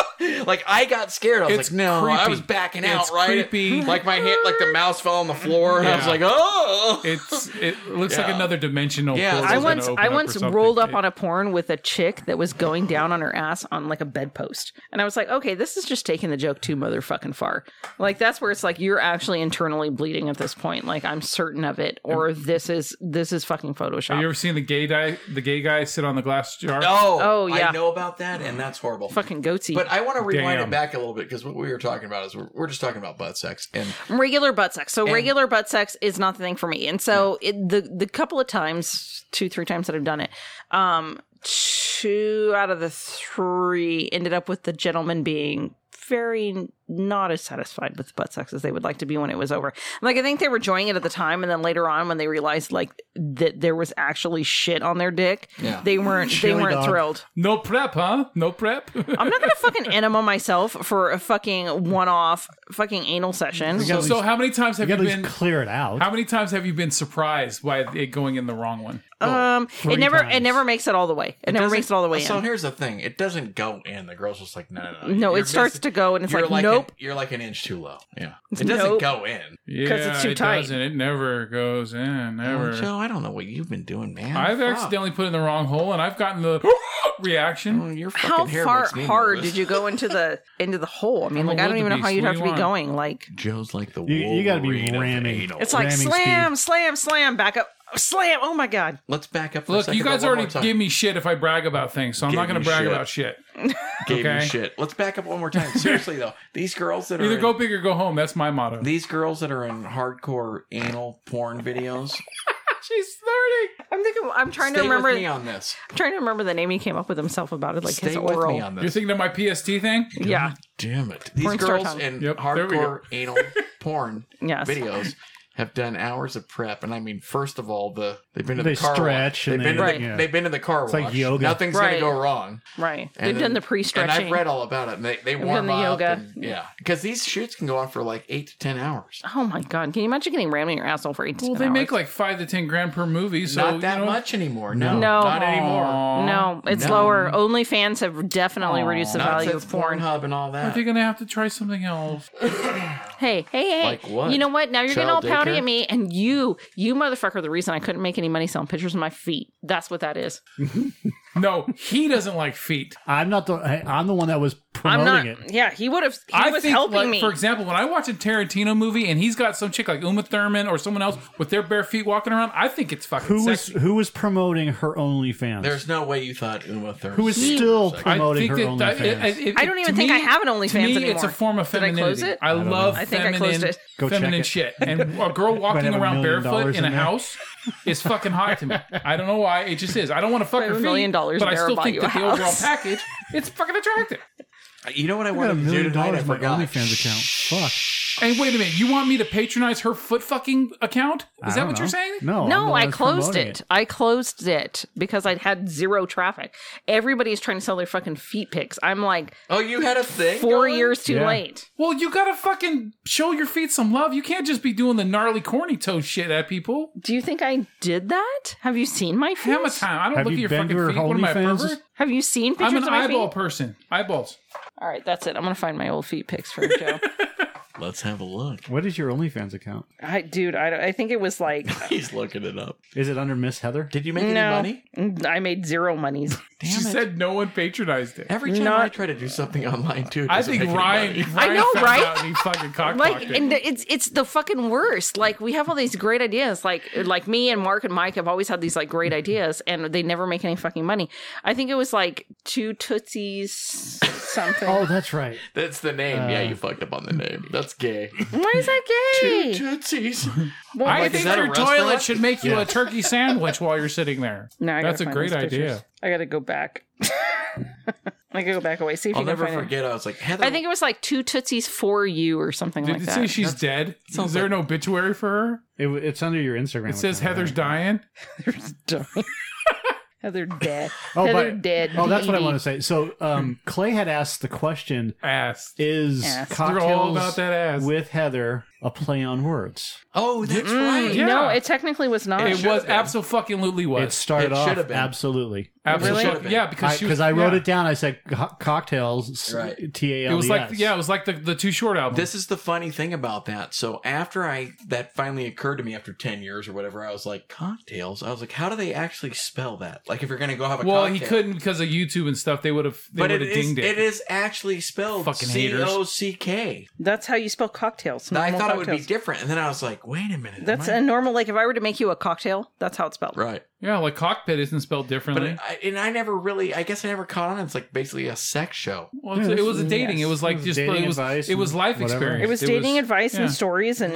Like I got scared. I was It's like, no, I creepy. was backing It's out. Right, creepy. (laughs) like my hand, like the mouse fell on the floor, and I was Yeah. like, oh. It's it looks like Yeah. another dimensional. Yeah, portal I I is gonna once open I up or once something. rolled up It- on a porn with a chick that was going down on her ass on like a bedpost, and I was like, okay, this is just taking the joke too motherfucking far. Like that's where it's like you're actually internally bleeding at this point. Like I'm certain of it, or this is this is fucking Photoshop. Have you ever seen the gay guy? The gay guy sit on the glass jar. Oh, Oh, yeah. I know about that, and that's horrible. fucking goatee. But I want to rewind Damn. it back a little bit because what we were talking about is we're, we're just talking about butt sex, and regular butt sex. So regular butt sex is not the thing for me. And so it, the the couple of times, two three times that I've done it, um, two out of the three ended up with the gentleman being very not as satisfied with butt sex as they would like to be when it was over. Like I think they were enjoying it at the time, and then later on when they realized like that there was actually shit on their dick, Yeah. they weren't they Chili weren't dog. thrilled. No prep, huh? No (laughs) prep. I'm not gonna fucking enema myself for a fucking one off fucking anal session. gotta so at least- how many times have you you gotta at been? least clear it out. How many times have you been surprised by it going in the wrong one? Oh, Um, it never it times. never makes it all the way. It, never makes it all the way So in. here's the thing: it doesn't go in. The girl's just like, no, no, no. No, You're it starts missing- to go and it's you're like, an- nope. you're like an inch too low. Yeah, it doesn't Nope. go in. Yeah, it's too it tight. doesn't. It never goes in. Never. Oh, Joe, I don't know what you've been doing, man. I've Fuck. accidentally put in the wrong hole, and I've gotten (laughs) the Oh, reaction. your fucking How hair far makes me hard nervous. did you go into the into the hole? I mean, I'm a like I don't even know how wildebeest. you'd What have do to you be want? going. Like Joe's like the You- you gotta be Wolverine of ramming. anal. it's like Ramming slam, slam, slam, back up, slam. Oh my god, Let's back up. For a Look, second, you guys though, one already more time. give me shit if I brag about things, so I'm Give not going you to brag shit. about shit. Gave okay. you shit. Let's back up one (laughs) more time. Seriously though, these girls that are Either in- go big or go home. That's my motto. these girls that are in hardcore anal porn videos. She's flirting. I'm thinking. I'm trying stay to remember. with me on this. I'm trying to remember the name he came up with himself about it, like Stay his with oral. me on You're this. thinking of my PST thing? yeah, Damn it! These Porn star girls tongue. in Yep, there we go. hardcore anal (laughs) porn Yes. videos have done hours of prep, and I mean, first of all, the they've been to They the car stretch Wash. and They've they- been to Right. the, yeah. they've been to the car It's wash. like yoga. Nothing's Right. gonna go wrong. right. And They've then- done the pre-stretching. And I've read all about it. And they they done warm the up. yoga. and- yeah, because these shoots can go on for like eight to ten hours. oh my god, can you imagine getting rammed in your asshole for eight to Well, 10 they make hours? like five to ten grand per movie, so Not that you know, much anymore. No, No. not anymore. Aw. no, it's No. lower. OnlyFans have definitely reduced the Not value since of porn. Pornhub and all Aren't that. they going to have to try something else? Hey, hey, hey. Like what? You know what? Now you're getting all Child pouty daycare? at me, and you, you motherfucker, the reason I couldn't make any money selling pictures of my feet. That's what that is. No, he doesn't like feet. I'm not the. hey, I'm the one that was I'm promoting not. it. Yeah, he would have. He was helping like, me. For example, when I watch a Tarantino movie and he's got some chick like Uma Thurman or someone else with their bare feet walking around, I think it's fucking Who was sexy. who was promoting her OnlyFans? There's no way you thought Uma Thurman. who is still I promoting her think OnlyFans? that- that- it- it- I don't it- even to think me- I have an to OnlyFans me, anymore. It's a form of Did I femininity. close it? I love I think I feminine, closed it. Go check feminine it. (laughs) shit. And a girl walking have a around million barefoot dollars in a in there. house is fucking hot to me. I don't know why. It just is. I don't want to fuck have her a feet, million dollars but and I never still bought think you that a the overall house. package, it's fucking attractive. You know what I I got a wanted to do million tonight? dollars I in my forgot. OnlyFans account. Fuck. And wait a minute, you want me to patronize her foot fucking account? Is I that don't what know. you're saying? No, I'm the no, one I that's closed promoting it. I closed it because I had zero traffic. Everybody's trying to sell their fucking feet pics. I'm like Oh, you had a thing. four going? years too Yeah. late. Well, you gotta fucking show your feet some love. You can't just be doing the gnarly corny toe shit at people. Do you think I did that? Have you seen my feet? Hammer time. I don't Have look at you your been fucking to her feet. What am I, a OnlyFans? pervert? Have you seen pictures I'm an of my eyeball feet? person. Eyeballs. All right, that's it. I'm gonna find my old feet pics for (laughs) Joe. Let's have a look. (laughs) What is your OnlyFans account? I, dude, I, don't- I think it was like He's looking it up. Is it under Miss Heather? Did you make any no, money? I made zero monies. Damn she it. said no one patronized it. Every time Not- I try to do something online too, it I doesn't think make any Ryan, money. Ryan I know, found right? out and he fucking cock like, blocked it. and it's it's the fucking worst. Like, we have all these great ideas. Like, like me and Mark and Mike have always had these like great ideas, and they never make any fucking money. I think it was like two tootsies something. Oh, that's right. (laughs) That's the name. Uh. yeah, you fucked up on the name. (laughs) That's gay. Why is that gay? (laughs) Tootsies. Well, I Like, is think that a your restaurant? toilet should make you a turkey sandwich while you're (laughs) sitting there. No, I gotta That's a find great those pictures. idea. I gotta go back. (laughs) I gotta go back away. See if I'll you can never find it. forget. I was like, Heather. I think it was like two tootsies for you or something Did like it that. say she's dead? Is sounds there like- an obituary for her? It, it's under your Instagram. It says account, Heather's right? dying. There's- Heather (laughs) dead. Oh, Heather but- dead. Oh, that's what I DED. want to say. So um, Clay had asked the question: Ass. Is Ass. They're cocktails all about that ass. with Heather a play on words? Oh, that's Mm, right. Yeah. No, it technically was not. it was been. absolutely was. it started it should off have been. absolutely. absolutely. Really? Yeah, because she was- Because I, wrote yeah. it down, I said co- cocktails. Right. T A L E S. It was like yeah, it was like the, the two short album. This is the funny thing about that. So after I that finally occurred to me after ten years or whatever, I was like, cocktails. I was like, how do they actually spell that? Like if you're gonna go have a well, cocktail. he couldn't because of YouTube and stuff. They would have they But would it have is, dinged it it. is actually spelled Fucking C haters. O C K. That's how you spell cocktails. I normal thought it would be cocktails. different, and then I was like, "Wait a minute." That's am a normal. Like if I were to make you a cocktail, that's how it's spelled. I- right. Yeah, like cockpit isn't spelled But differently. I, and I never really, I guess I never caught on. It's like basically a sex show. well, it's- it was a dating. It was It like was just dating it was advice it was and life whatever. experience. It was dating advice yeah. and stories and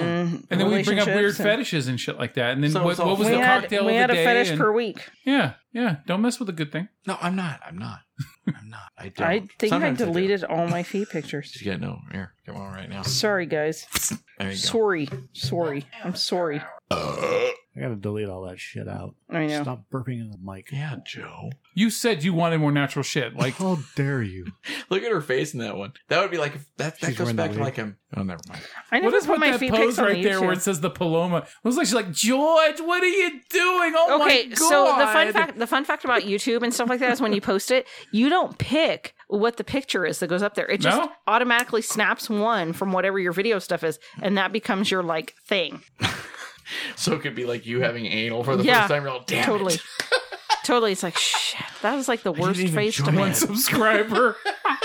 And then we bring up weird relationships and- fetishes and shit like that. And then So what, it's all- what was we the had, cocktail we of the had a day? fetish and- per week. yeah, yeah. Don't mess with a good thing. No, I'm not. I'm not. I'm not. I don't. I think Sometimes I do. deleted all my feed pictures. You got no here. Come on, right now. Sorry, guys. There you go. Uh, Sorry, sorry. I'm sorry. I gotta delete all that shit out. I know. Stop burping in the mic. Yeah, Joe. You said you wanted more natural shit. Like How dare you? Look at her face in that one. That would be like if that. That She's goes wearing back that to wig. like a. Oh, never mind. (laughs) I never what is put with my that feed pose pics on right there YouTube. where it says the Paloma? It was like she's like George, what are you doing? Oh my okay god! so the fun fact the fun fact about youtube and stuff like that is when you post it you don't pick what the picture is that goes up there it just No? automatically snaps one from whatever your video stuff is and that becomes your like thing So it could be like you having anal for the Yeah, first time. You're all damn totally it." totally it's like shit that was like the worst even face to join make (laughs) (laughs) one subscriber.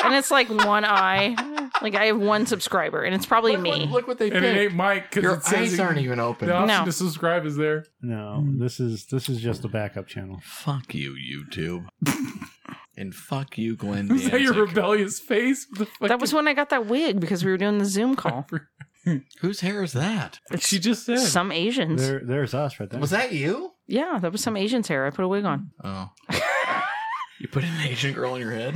and it's like one eye like i have one subscriber and it's probably Look, me what, look what they and it ain't picked. Mike because Your it says eyes it- aren't even open. the option No. to subscribe is there. No, Hmm. this is this is just a backup channel. Fuck you, YouTube. and fuck you, Glenn. Is that your Danzig. rebellious face? The that was when i got that wig because we were doing the zoom (laughs) call fucking- Whose hair is that? she just said. some asians There, there's us right there. Was that you? yeah that was some asians hair i put a wig on (laughs) Oh. you put an Asian girl on your (laughs) head?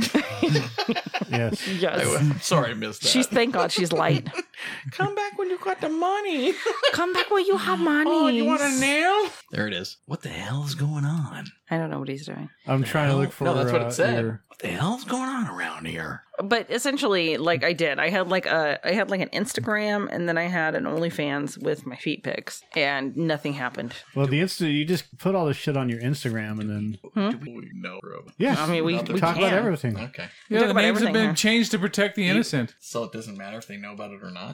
Yes. I yes was- sorry, I missed that. she's thank god she's light (laughs) Come back when you got the money. Oh, Come back when you have money. Oh, nail? There it is. What the hell is going on? I don't know what he's doing. I'm trying to look for. No, that's what uh, it said. your- What the hell's going on around here? But essentially, like I did, I had like a, I had like an Instagram, and then I had an OnlyFans with my feet pics, and nothing happened. Well, the instant you just put all this shit on your Instagram, and then Do we know, bro? yeah, I mean, we, Nothing. we talk can. about everything. Hmm? Okay. yeah, talk the about names have everything been here. changed to protect the innocent. So it doesn't matter if they know about it or not.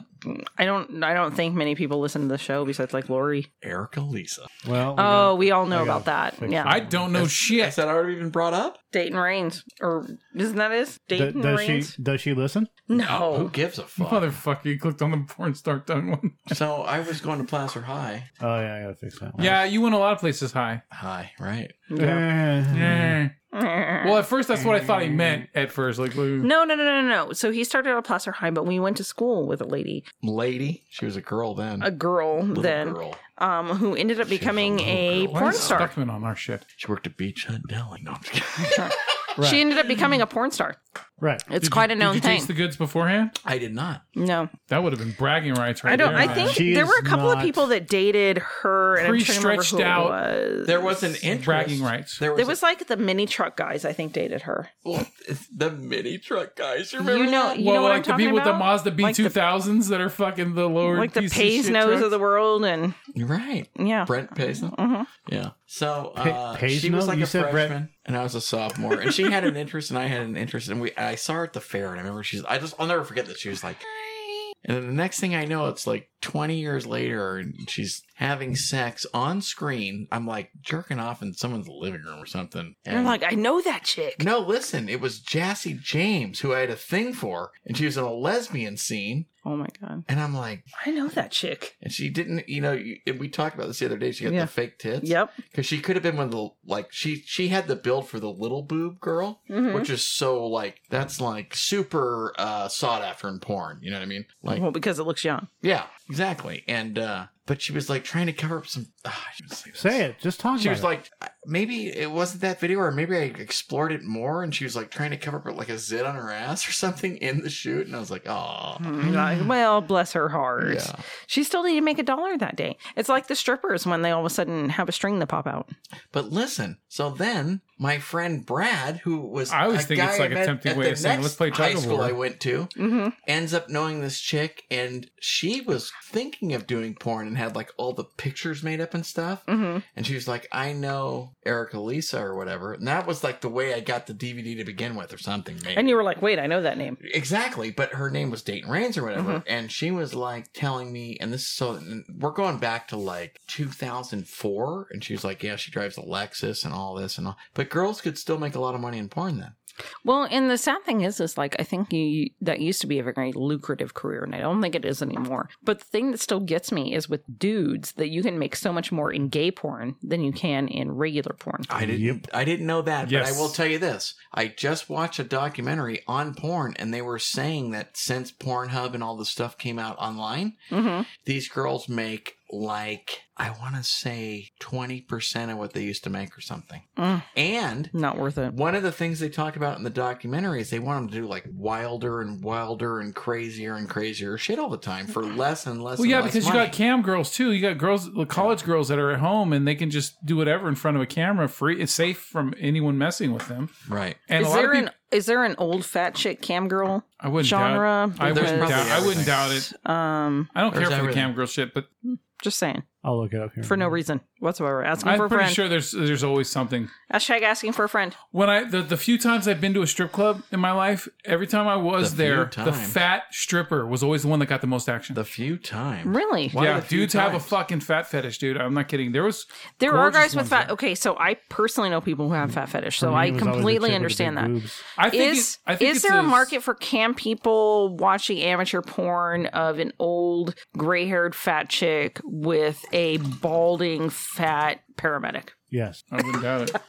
I don't, I don't think many people listen to the show besides like Lori. Erica Lisa. Well, we Oh, got- we all know I about gotta that. fix Yeah, I don't know shit. Is that already been brought up? Dayton Rains, or isn't that his Th- Dayton does Rains? she does she listen? Oh, Who No, gives a fuck? Motherfucker, you clicked on the porn star tongue one. So I was going to Placer High. Oh yeah, I gotta fix that. One. Yeah, you went a lot of places high. High, right? Oh. Mm. Yeah. Eh. Well, at first, that's what I thought he meant. At first, like, like, no, no, no, no, no, no. So he started out at Placer High, but we went to school with a lady, Lady. She was a girl then. a girl Little then, girl. um, who ended up becoming little a girl. Why porn is star. Stuckman on our shit. She worked at Beach Hut Deli. No, I'm just kidding. (laughs) Right. She ended up becoming a porn star. Right. It's Did quite you- a known did you thing. Taste the goods beforehand. I did not. no, That would have been bragging rights, right I don't. there, I man. think She there is were a couple of not- people that dated her, and I'm trying to remember Pre-stretched who it out. was. There was an interest. bragging rights. There was, There was like the mini truck guys. I think dated her. a- well, it's (laughs) the mini truck guys. You remember? You know, that? you well, know what like I'm the talking people with the about? Mazda B Like the- two thousands that are fucking the lower Like the piece of Pays shit nose trucks. of the world, and You're right. yeah, Brent Payson. Mhm. Yeah. So Pa- uh, Payson? she was like You a said freshman, Brent- and I was a sophomore, and she had an interest, and I had an interest, and we. I saw her at the fair, and I remember she's. I just. I'll never forget that she was like. And then the next thing I know, it's like 20 years later, and she's having sex on screen. I'm like jerking off in someone's living room or something. and I'm like, I know that chick. No, listen, it was Jassy James who I had a thing for, and she was in a lesbian scene. Oh my god, And I'm like, I know that chick. and she didn't, you know, you, and we talked about this the other day. She got Yeah. the fake tits. Yep. Because she could have been one of the, like, she she had the build for the little boob girl, Mhm. which is so, like, that's, like, super uh, sought after in porn. You know what I mean? Like, Well, because it looks young. yeah, exactly. And, uh, but she was, like, trying to cover up some, uh, I shouldn't say this. Say it. Just talk. She about was like, maybe it wasn't that video, or maybe I explored it more, and she was like trying to cover up like a zit on her ass or something in the shoot, and I was like, oh, Hmm, Mm, like, well, bless her heart. yeah, She still didn't make a dollar that day. It's like the strippers when they all of a sudden have a string to pop out. But listen, so then my friend Brad, who was I always a think it's guy like I a met tempting at way the of saying, next "Let's play tug high of school war." I went to, Mm-hmm. ends up knowing this chick, and she was thinking of doing porn and had like all the pictures made up and stuff. Mm-hmm. And she was like, I know Erica Lisa or whatever. And that was like the way I got the DVD to begin with or something. Maybe. And you were like, wait, I know that name. Exactly, but her name was Dayton Rains or whatever, and she was like telling me, and this is so and we're going back to like 2004, and she was like, yeah, she drives a Lexus and all this and all, but girls could still make a lot of money in porn then. Well, and the sad thing is, is like I think you that used to be a very lucrative career, and I don't think it is anymore. But the thing that still gets me is with dudes that you can make so much more in gay porn than you can in regular porn. I didn't, I didn't know that, but Yes. I will tell you this: I just watched a documentary on porn, and they were saying that since Pornhub and all the stuff came out online, Mm-hmm. these girls make like I want to say 20% of what they used to make or something, Mm. and Not worth it. One of the things they talk about in the documentary is they want them to do like wilder and wilder and crazier and crazier shit all the time for less and less. Well, yeah, and less because you money. got cam girls too. You got girls, college girls that are at home and they can just do whatever in front of a camera, free. It's safe from anyone messing with them. right. And is a lot there of people, an is there an old fat chick cam girl I wouldn't genre? doubt. I wouldn't There's doubt. probably I wouldn't doubt it. Because, Um, I don't There's care for the everything. cam girl shit, but just saying I'll look it up here for no reason whatsoever. Asking for I'm a pretty friend. sure there's there's always something. Hashtag asking for a friend. When I the, the few times I've been to a strip club in my life, every time I was The few there, the times. fat stripper was always the one that got the most action. The few times. Really? Why yeah, the few dudes have a times? fucking fat fetish, dude. I'm not kidding. There was There are gorgeous guys with ones fat. there. Okay, so I personally know people who have fat fetish, so For me, I it was always the completely chick with the understand big that. boobs. I think is it's, I think is it's there a market for cam people watching amateur porn of an old gray haired fat chick with a balding fat paramedic? Yes. I (laughs) wouldn't doubt it.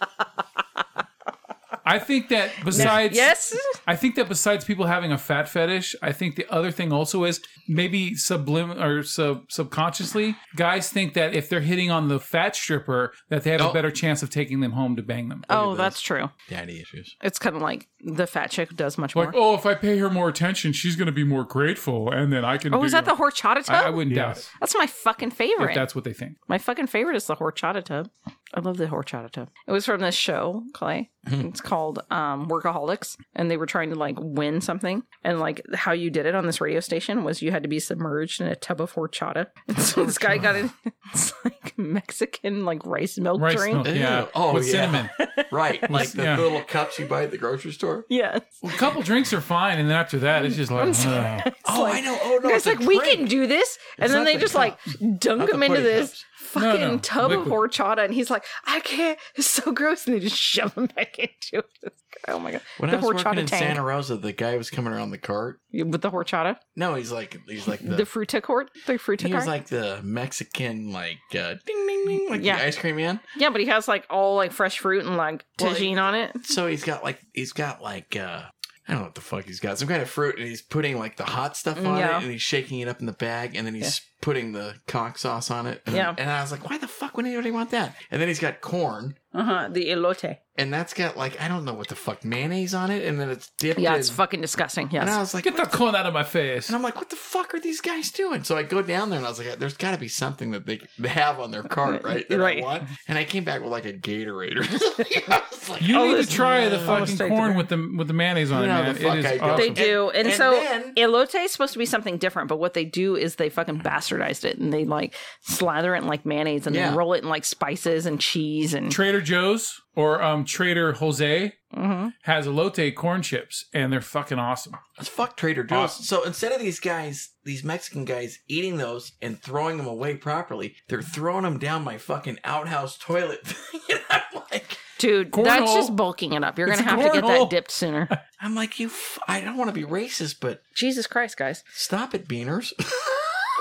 I think that besides Yes. I think that besides people having a fat fetish, I think the other thing also is maybe sublim or sub subconsciously, guys think that if they're hitting on the fat stripper, that they have Oh. a better chance of taking them home to bang them. Oh, that's true. Daddy (laughs) issues. It's kind of like the fat chick does much more. Like, oh, if I pay her more attention, she's going to be more grateful, and then I can. oh, do is that the horchata tub? I, I wouldn't Yes. that's my fucking doubt it, favorite. if that's what they think. My fucking favorite is the horchata tub. I love the horchata tub. It was from this show, Clay. Mm-hmm. It's called um, Workaholics, and they were trying to like win something. And like how you did it on this radio station was you had to be submerged in a tub of horchata. (laughs) And so this guy got it. (laughs) It's like Mexican like rice milk Rice drink. milk, yeah. Ew. Oh, with yeah. (laughs) cinnamon. Right. Like the Yeah. little cups you buy at the grocery store. Yes. a couple drinks are fine, and then after that, it's just like. ugh. oh, I know. Oh, no. It's like we can do this, and It's then not they the just cups. like dunk Not the him into pudding this cups. fucking No, no, tub of liquid. horchata, and he's like, "I can't, (laughs) it's so gross," and they just shove him back into it. Oh my god, When the I was horchata working in tank Santa Rosa, the guy was coming around the cart. with the horchata, No, he's like, he's like the, the. fruta court, the fruta he was court. like the Mexican, like uh, ding ding ding, like Yeah. the ice cream man. yeah, but he has like all like fresh fruit and like Well, tagine on it. So he's got like he's got like uh I don't know what the fuck he's got. Some kind of fruit and he's putting like the hot stuff on Yeah. it and he's shaking it up in the bag and then he's putting the cock sauce on it. And, Yeah. and I was like, why the fuck would anybody want that? And then he's got corn Uh huh. The elote. and that's got like I don't know what the fuck mayonnaise on it and then it's dipped Yeah, in it's fucking disgusting. and I Yes. was like Get what the corn out of my face. and I'm like, what the fuck are these guys doing? So I go down there and I was like, there's got to be something that they they have on their cart, right? That Right. I want. And I came back with like a Gatorade or something. (laughs) I was like, You Oh, need this- to try the Oh, fucking straight corn there. with the with the mayonnaise on You it, know man. the fuck it I is go. awesome. They do, and, and so then- elote is supposed to be something different, but what they do is they fucking bastardized it, and they like slather it in like mayonnaise, and Yeah. then roll it in like spices and cheese and (laughs) Trader Joe's or um, Trader Jose Mhm. has elote corn chips, and they're fucking awesome. Let's fuck Trader Joe's. Awesome. So instead of these guys, these Mexican guys eating those and throwing them away properly, they're throwing them down my fucking outhouse toilet. (laughs) and I'm like, Dude, Cornhole. that's just bulking it up. You're It's gonna have to get that cornhole. dipped (laughs) sooner. I'm like, you. F- I don't want to be racist, but Jesus Christ, guys. stop it, Beaners. (laughs)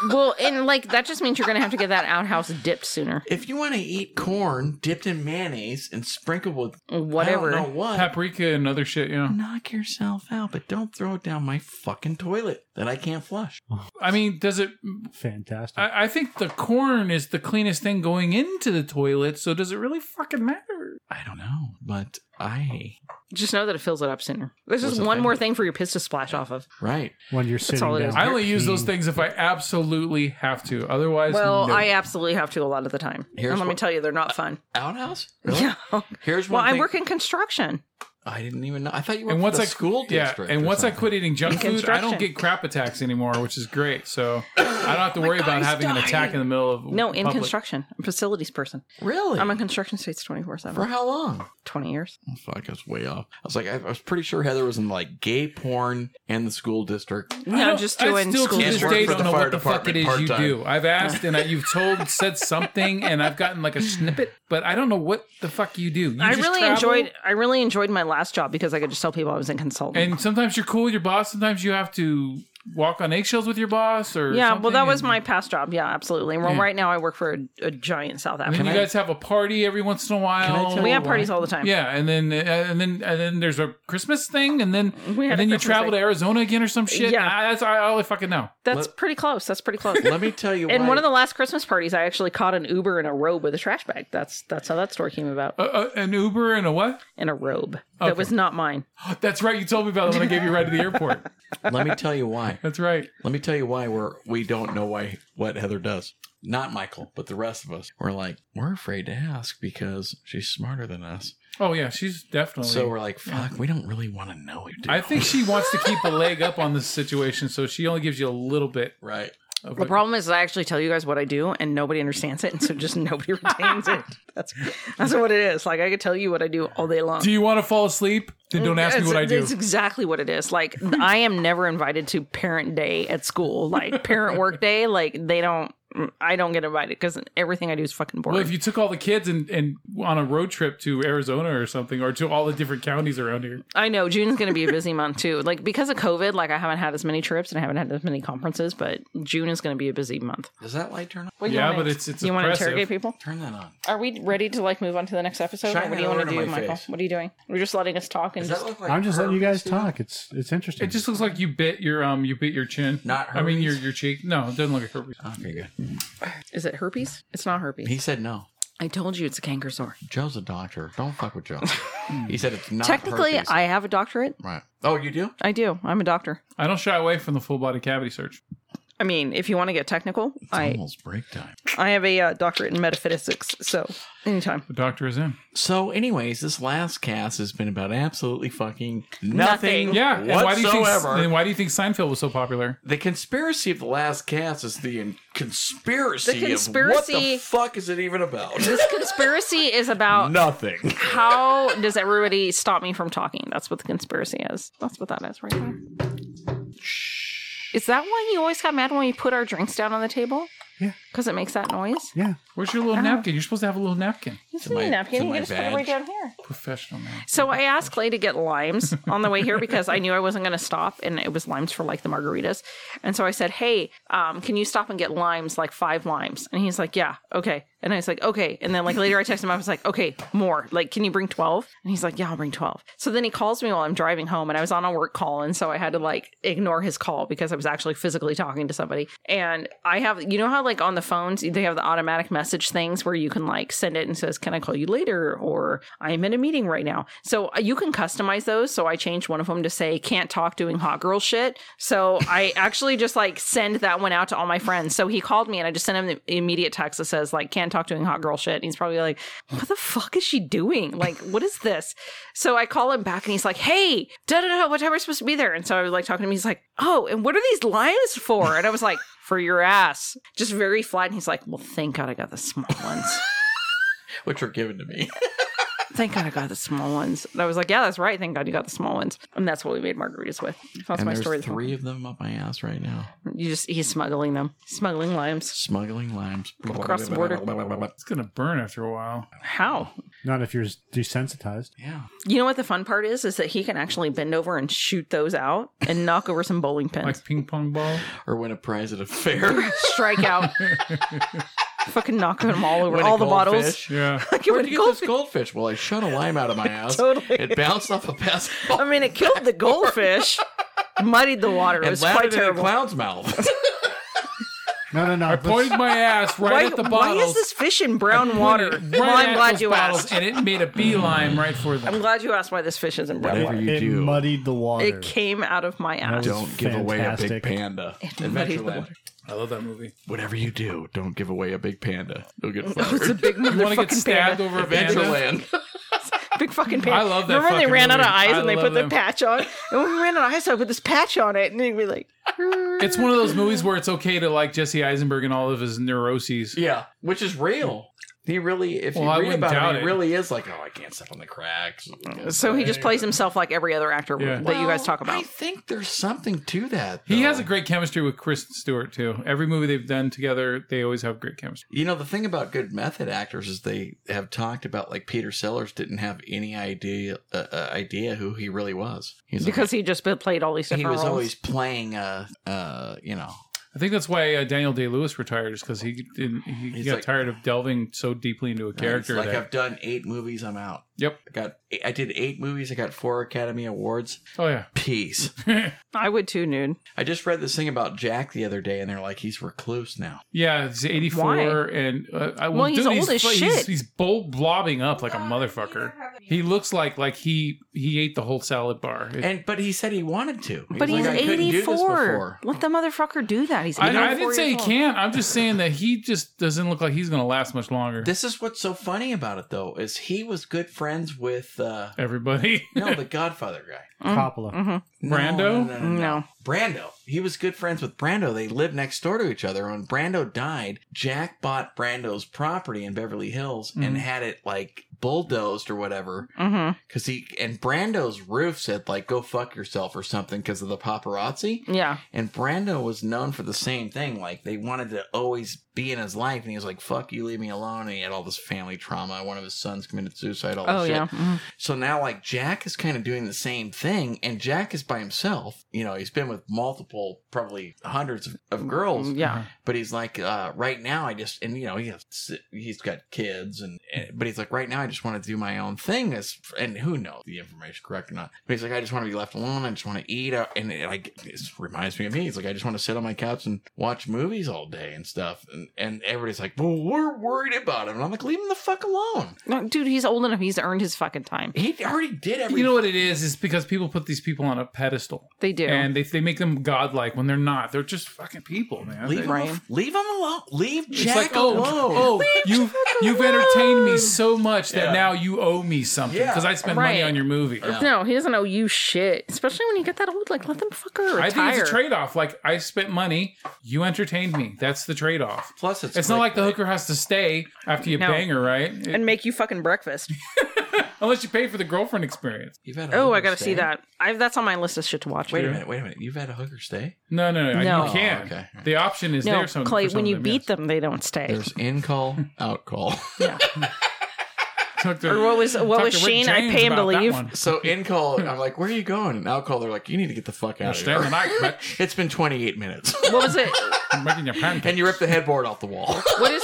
Well, and like that just means you're gonna have to get that outhouse dipped sooner. if you want to eat corn dipped in mayonnaise and sprinkled with I don't Whatever. know what. Paprika and other shit, you know. Knock yourself out, but don't throw it down my fucking toilet that I can't flush. I mean, does it? Fantastic. I, I think the corn is the cleanest thing going into the toilet, so does it really fucking matter? I don't know, but I Just know that it fills it up sooner. There's just What's one more offended? thing for your piss to splash off of. right. when you're sitting all it down. is. I only use those peeing. things if I absolutely have to. Otherwise, Well, no. I absolutely have to a lot of the time. Here's and let me what- tell you, they're not fun. Outhouse? Uh, Really? (laughs) Yeah. Here's one Well, I thing- work in construction. I didn't even know. I thought you were and once the I school yeah, district. and or once I something. quit eating junk food, I don't construction. get crap attacks anymore, which is great. So I don't have to worry about guy's having an attack dying. in the middle of No, in public. construction. I'm a facilities person. Really? I'm in construction states 24 For 7. how long? 20 years. Oh, fuck, I was way off. I was like, I, I was pretty sure Heather was in like gay porn and the school district. I No, don't- just I doing still school to And this work district. day for don't the know fire what the fuck it is department you part-time. do. I've asked and I, you've told said something and I've gotten like a snippet, but I don't know what the fuck you do. You I just really travel, enjoyed I really enjoyed my last job because I could just tell people I was in consulting. And sometimes you're cool with your boss. Sometimes you have to walk on eggshells with your boss or yeah, well something, that was and- my past job. Yeah, absolutely. Well, Yeah. right now I work for a, a giant South And African. you guys have a party every once in a while. tell We you have why? parties all the time. Yeah, and then and then and then there's a Christmas thing, and then We had and a then you Christmas travel thing. to Arizona again or some shit. Yeah. I, that's all I fucking know. That's Let- pretty close. That's pretty close. Let me tell you. And why- one of the last Christmas parties, I actually caught an Uber in a robe with a trash bag. That's that's how that story came about. Uh, uh, an Uber and a what? Oh, In a robe that was not mine. That's right. You told me about it when I gave you a ride to the airport. Let me tell you why. That's right. Let me tell you why we're we don't know why what Heather does. Not Michael, but the rest of us. We're like we're afraid to ask because she's smarter than us. Oh yeah, she's definitely. So we're like, fuck, we don't really want to know. You do. I think she wants to keep a leg up on this situation, so she only gives you a little bit right. of The it. problem is, I actually tell you guys what I do, and nobody understands it, and so just (laughs) nobody retains it. (laughs) That's that's what it is. Like I could tell you what I do all day long. Do you want to fall asleep? Then don't ask me That's- what I do. That's exactly what it is. Like I am never invited to parent day at school, like parent work day. Like they don't. I don't get invited because everything I do is fucking boring. Well, if you took all the kids and, and on a road trip to Arizona or something, or to all the different counties around here, I know June's going to be a busy month too. Like because of COVID, like I haven't had as many trips and I haven't had as many conferences, but June is going to be a busy month. Does that light turn on? What, Yeah, but it's- it's you want to oppressive. interrogate people? Turn that on. Are we ready to like move on to the next episode? Shine or what do it you want over to to do, my Michael? face. What are you doing? We're just letting us talk and Does that just look like I'm just letting you guys herpes to talk. It's it's interesting. it just looks like you bit your um you bit your chin. Not I mean your herpes? your cheek. No, it doesn't look like herpes. Okay, good. is it herpes? It's not herpes. He said no. I told you it's a canker sore. Joe's a doctor. Don't fuck with (laughs) Joe. he said it's not Technically, herpes. I have a doctorate. right. Oh, you do? I do. I'm a doctor. I don't shy away from the full body cavity search. I mean, if you want to get technical, I Almost break time. I have a uh, doctorate in metaphysics. So anytime. The doctor is in. So, anyways, this last cast has been about absolutely fucking Nothing. nothing, Yeah. and Why do you think, whatsoever. then why do you think Seinfeld was so popular? the conspiracy of the last cast is the in- conspiracy. The Of what conspiracy- Oh. the fuck is it even about? This conspiracy is about nothing. (laughs) how does everybody stop me from talking? That's what the conspiracy is. That's what that is right there. Is that why you always got mad when we put our drinks down on the table? Yeah. Because it makes that noise? yeah. Where's your little napkin? You're supposed to have a little napkin. It's in my- a it's napkin. in You my can just put it right badge. down here. Professional man. So I asked Clay to get limes on the way here because I knew I wasn't going to stop and it was limes for like the margaritas. And so I said, Hey, um, can you stop and get limes, like five limes? And he's like, Yeah, okay. And I was like, Okay. And then like later I texted him, I was like, Okay, more. Like, can you bring 12? And he's like, Yeah, I'll bring 12. So then he calls me while I'm driving home and I was on a work call. And so I had to like ignore his call because I was actually physically talking to somebody. And I have, you know how like on the phones, they have the automatic message things where you can like send it and says, Can I call you later? Or I'm in a meeting right now. So uh, you can customize those. So I changed one of them to say, Can't talk doing hot girl shit. So I actually just like send that one out to all my friends. So he called me and I just sent him the immediate text that says, like, Can't talk doing hot girl shit. And he's probably like, What the fuck is she doing? Like, what is this? So I call him back and he's like, Hey, da da da, what time are you supposed to be there? And so I was like talking to him. He's like, Oh, and what are these limes for? And I was like, (laughs) For your ass. Just very flat. And he's like, Well, thank God I got the small ones. Which were given to me. Thank God I got the small ones. And I was like, Yeah, that's right. Thank God you got the small ones. And that's what we made margaritas with. That's my and there's story. this morning. three of them up my ass right now. You just he's smuggling them. Smuggling limes. Smuggling limes Across the border. It's gonna burn after a while. How? Not if you're desensitized. (laughs) Yeah. You know what the fun part is? Is that he can actually bend over and shoot those out and knock over some bowling pins. Like ping pong ball. Or win a prize at (laughs) a fair. strike out. Fucking knocking them all over Win a all the bottles. goldfish. Yeah. (laughs) Like, it Where'd would you get go- this goldfish? Well, I shot a lime out (laughs) of my ass. Totally. It bounced off a (laughs) basketball I mean, it killed the goldfish, (laughs) muddied the water. It and was quite landed in (laughs) a terrible. clown's mouth. No, no, no. I Let's- pointed my ass right at the why bottles. is this fish in (laughs) brown water? Right well, at I'm glad those you bottles, asked. And it made a beeline right for I'm them. glad you asked why this fish is in brown Whatever water. you it do, muddied the water. It came out of my was- ass. don't give away a fantastic. big panda. muddied the Adventureland. water. I love that movie. Whatever you do, don't give away a big panda. (laughs) You'll get It's a fired. (laughs) big You want to get motherfucking stabbed panda. over a panda? (laughs) Adventureland. Big fucking panda. I love that Remember when they fucking ran out of movie. eyes I and they love put the them. patch on? And when we ran out of eyes, I put this patch on it, and they'd be like, It's one of those movies where it's okay to like Jesse Eisenberg and all of his neuroses. Yeah, which is real. He really, if Well, I you read wouldn't about doubt him, it. he really is like, oh, I can't step on the cracks. so he just plays himself like every other actor Yeah. that you guys talk I about. think there's something to that. He though. has a great chemistry with Kristen Stewart too. Every movie they've done together, they always have great chemistry. You know, the thing about good method actors is they have talked about like Peter Sellers didn't have any idea uh, uh, idea who he really was. He's Because he just been- played all these like, different he was roles. always playing uh uh you know I think that's why uh, Daniel Day Lewis retired, is because he didn't, he He's got like- tired of delving so deeply into a character. uh, Like that- I've done eight movies, I'm out. yep. I got I did eight movies. I got four Academy Awards. Oh yeah. Peace. (laughs) I would too, nude. I just read this thing about Jack the other day, and they're like he's recluse now. Yeah, he's 84, Why? and uh, I, Well, he's dude, old as he's, shit. He's, bull blobbing up like a motherfucker. He looks like like he he ate the whole salad bar. It- And but he said he wanted to. He But was he's like, I couldn't do this 84. before. Let the motherfucker do that. He's 84 I, I didn't say he years old. can't. I'm just saying that he just doesn't look like he's going to last much longer. This is what's so funny about it, though, is he was good friends with uh Everybody. (laughs) no the (laughs) Godfather guy. Coppola. Mm-hmm. Brando? No, no, no, no, No. Brando. He was good friends with Brando. They lived next door to each other. When Brando died, Jack bought Brando's property in Beverly Hills and Mm. Mhm. had it like bulldozed or whatever. Mm-hmm. Cause he and Brando's roof said like "Go fuck yourself" or something because of the paparazzi. Yeah. And Brando was known for the same thing. Like they wanted to always be in his life, and he was like, "Fuck you, leave me alone." And he had all this family trauma. One of his sons committed suicide. All this Oh, shit. yeah. Mhm. So now, like, Jack is kind of doing the same thing, and Jack is by himself. You know, he's been with multiple, probably hundreds of, of girls, Uh-huh. Yeah. but he's like, uh, right now, I just, and you know, he has, he's got kids, and, and- but he's like, right now, I just want to do my own thing. As, and who knows the information correct or not? But he's like, I just want to be left alone. I just want to eat. out," And it, like, it reminds me of me. He's like, I just want to sit on my couch and watch movies all day and stuff. And, and everybody's like, well, we're worried about him. And I'm like, leave him the fuck alone. No, dude, he's old enough. He's earned his fucking time. He already did everything. You know what it is? It's because people put these people on a pedestal. They do. And they, they make them godlike when they're not. They're just fucking people, man. Leave They- him, Right. alone. leave him alone. Leave it's Jack like, oh, alone. oh, (laughs) you've you've entertained me so much that Yeah. now you owe me something Yeah. because I spent money Right. on your movie. No, he doesn't owe you shit. Especially when you get that old. Like, let them fucker retire. I think it's a trade off. Like I spent money, you entertained me. That's the trade off. Plus, it's, It's not like the hooker has to stay after you No. bang her, right? and make you fucking (laughs) breakfast. Unless you pay for the girlfriend experience. You've had a Oh, hooker I gotta see stay? that. I that's on my list of shit to watch. Wait a minute. Wait a minute. You've had a hooker stay. No, no, no. No. You can't. Oh, okay. The option is No, there. Some, Clay, for some when of you them, beat yes. them, they don't stay. There's in call, out call. Talk to- or what was what talk was to Rick Shane? I James pay him to about that leave. one. (laughs) so in call, I'm like, where are you going? And out call, they're like, you need to get the fuck out of Stay in the (laughs) here. night, bitch. It's been 28 minutes, (laughs) What was it? I'm making your pancakes. and you ripped the headboard off the wall. What is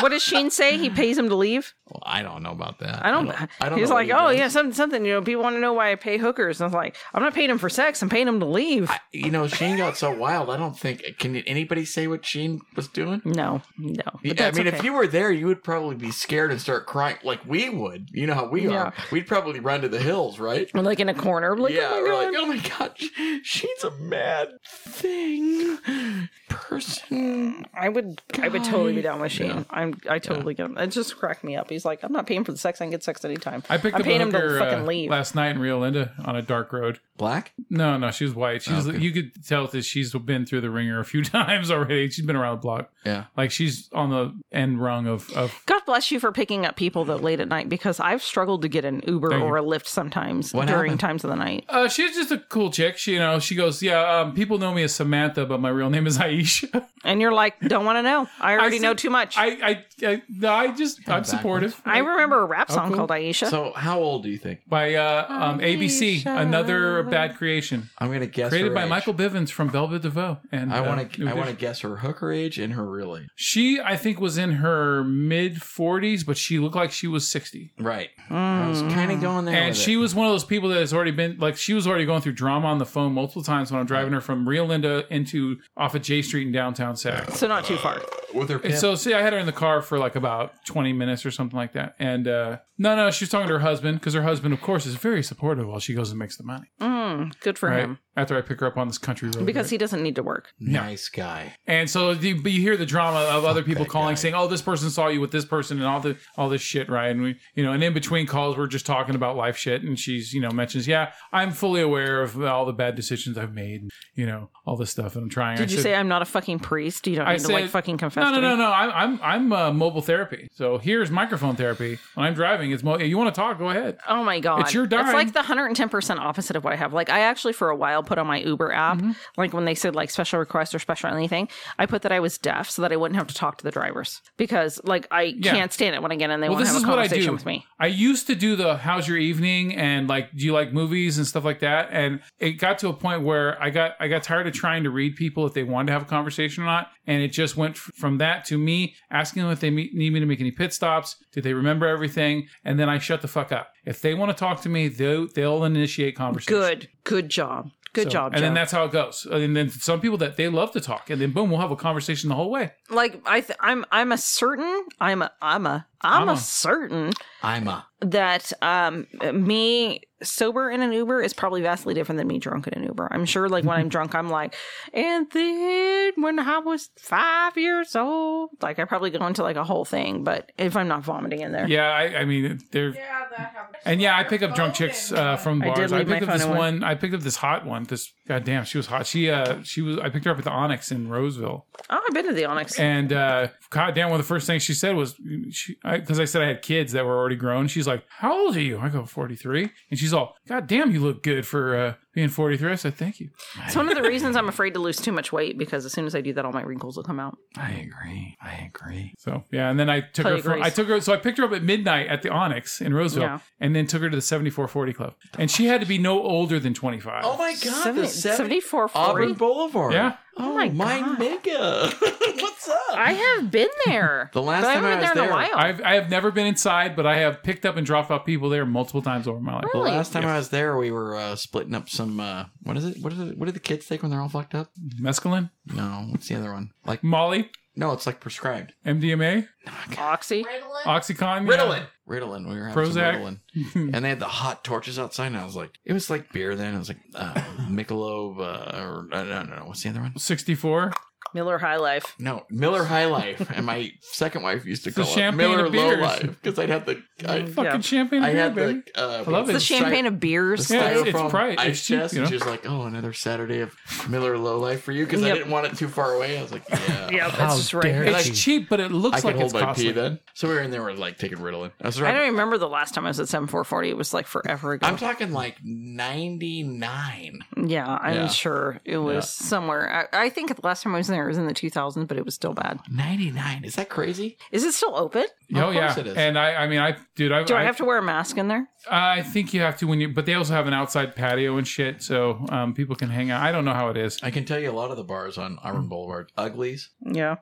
what does Sheen say? He pays him to leave. (laughs) Well, I don't know about that. I don't. I don't he's know what like, he oh does. yeah, something, something. You know, people want to know why I pay hookers. And I was like, I'm not paying him for sex. I'm paying him to leave. You know, Shane got so wild. I don't think. Can anybody say what Shane was doing? no, no. But Yeah, I that's mean, okay. if you were there, you would probably be scared and start crying like we would. You know how we Yeah. are. We'd probably run to the hills, right? Or, like in a corner, like yeah, oh my god. we're like, oh my god, sh- she's a mad thing person. I would, I would totally be down with Shane. I'm, I totally get him. It just cracked me up. He's like, I'm not paying for the sex. I can get sex anytime. I picked I'm up a paying him hooker, to fucking uh, leave. last night in Rio Linda on a dark road. Black? No, no, she was white. She's Oh, Okay. you could tell that she's been through the ringer a few (laughs) times already. She's been around the block. Yeah. Like she's on the end rung of, of God bless you for picking up people that late at night because I've struggled to get an Uber Thank you. or a Lyft sometimes What during happened? times of the night. Uh, she's just a cool chick. She, you know, she goes, yeah. Um, people know me as Samantha, but my real name is (laughs) Aisha. And you're like, don't want to know. I already see- know too much. I, I, I, I, no, I just, I'm supportive. remember a rap song cool. called Aisha. So, how old do you think? by uh, um, ABC, another favorite bad creation? I'm gonna guess. Created her by age. Michael Bivins from Velvet DeVoe. And I uh, want to. new I want to edition. guess her hooker age and her real age. She, I think, was in her mid 40s, but she looked like she was 60. Right. I was kind of going there. Mm. And with she it. was one of those people that has already been like she was already going through drama on the phone multiple times when I'm driving her from Rio Linda into off of J Street in downtown Sac. So not too far. with her. And pimp. So see, I had her in the car for like about 20 minutes or something like that. And uh, no, no, she was talking to her husband because her husband, of course, is very supportive while she goes and makes the money. Mm, good for Right him after I pick her up on this country road. because right? he doesn't need to work. nice guy. And so you, but you hear the drama of other people that calling, guy. saying, "Oh, this person saw you with this person," and all the all this shit, right? And we, you know, and in between calls, we're just talking about life shit, and she's, you know, mentions, "Yeah, I'm fully aware of all the bad decisions I've made, and, you know, all this stuff, and I'm trying." Did I you said- say I'm not a fucking priest? You don't I need to like said- fucking confess. No, to no, no, me. no. I'm I'm I'm uh, mobile therapy. So here's microphone therapy. When I'm driving, it's mo- you want to talk? Go ahead. Oh my god. It's your dime. It's like the 110% opposite of what I have. Like I actually for a while put on my Uber app, Mm-hmm. like when they said like special request or special anything, I put that I was deaf so that I wouldn't have to talk to the drivers because like I can't stand it when I get in they Well, won't this have is a what I conversation do. with me. I used to do the how's your evening and like do you like movies and stuff like that. And it got to a point where I got I got tired of trying to read people if they wanted to have a conversation or not. And it just went f- from that to me asking them if they me- need me to make any pit stops. Do they remember everything? And then I shut the fuck up. If they want to talk to me, they'll, they'll initiate conversation. Good. Good job. Good So- job, And Joe. then that's how it goes. And then some people that they love to talk, and then boom, we'll have a conversation the (laughs) whole way. like I th- I'm I'm a certain I'm a I'm a I'm I'm a- a certain I'm a. that um me sober in an Uber is probably vastly different than me drunk in an Uber. I'm sure like Mm-hmm. when I'm drunk I'm like and then when I was 5 years old like I probably go into like a whole thing but if I'm not vomiting in there. Yeah, I, I mean, they're Yeah, that happens. And yeah, I pick up drunk chicks uh, from I did bars. I, leave my picked up phone this away. one. I picked up this hot one. This goddamn, she was hot. She uh, she was. I picked her up at the Onyx in Roseville, Oh, I've been to the Onyx. and uh, goddamn, one of the first things she said was, because I, said I had kids that were already grown. She's like, "How old are you?" I go, 43. and she's all, "Goddamn, you look good for uh, being 43." I said, "Thank you." It's one of the reasons I'm afraid to lose too much weight because as soon as I do that all my wrinkles will come out. I agree. I agree. So yeah, and then I took Totally her. From, agrees. I took her. So I picked her up at midnight at the Onyx in Roseville, Yeah. and then took her to the 7440 Club, and she had to be no older than 25. Oh my god, Seventy- the 70 74 Auburn 40? Boulevard. Yeah. Oh, my my, mega. (laughs) What's up? I have been there. (laughs) The last but time I haven't was been there, there, in a while. I've, I have never been inside, but I have picked up and dropped off people there multiple times over my life. the Really? last time I was there, we were uh, splitting up some. Uh, what is it? What is it? What do the kids take when they're all fucked up? Mescaline, No, what's the other one? Like Molly, no, it's like prescribed. MDMA, Oxy. OxyContin, Ritalin. We were having Prozac. some (laughs) Ritalin, and they had the hot torches outside, and I was like, it was like beer then. It was like (laughs) uh, Michelob, uh, or I don't know what's the other one. 64. Miller High Life. No, Miller High Life, (laughs) and my second wife used to It's the call it champagne Miller of Low beers. Life because I'd have the (laughs) I, Fucking Yeah. champagne. I and had beer, baby. the uh, I love it. The It's champagne of beers. the Yeah, it's- styrofoam it's price- ice it's cheap, chest, you know? and she's like, "Oh, another Saturday of Miller Low Life for you," because I Yep. didn't want it too far away. I was like, "Yeah, Yeah, How that's just right. dare here. you. It's cheap, but it I looks can like it's hold my pee costly. then." So we were in there, we're like taking Ritalin. Oh, I was I right. don't remember the last time I was at 7440. It was like forever ago. I'm talking like ninety nine. yeah, I'm Yeah. sure it was somewhere. I, I think the last time I was there was in the 2000s, but it was still bad. Ninety nine. Is that crazy? Is it still open? Oh Of yeah, course it is. and I, I mean, I, dude, I, Do I, have to wear a mask in there? I think you have to when you, but they also have an outside patio and shit, so um, people can hang out. I don't know how it is. I can tell you a lot of the bars on Auburn Boulevard. Uglies, Yeah.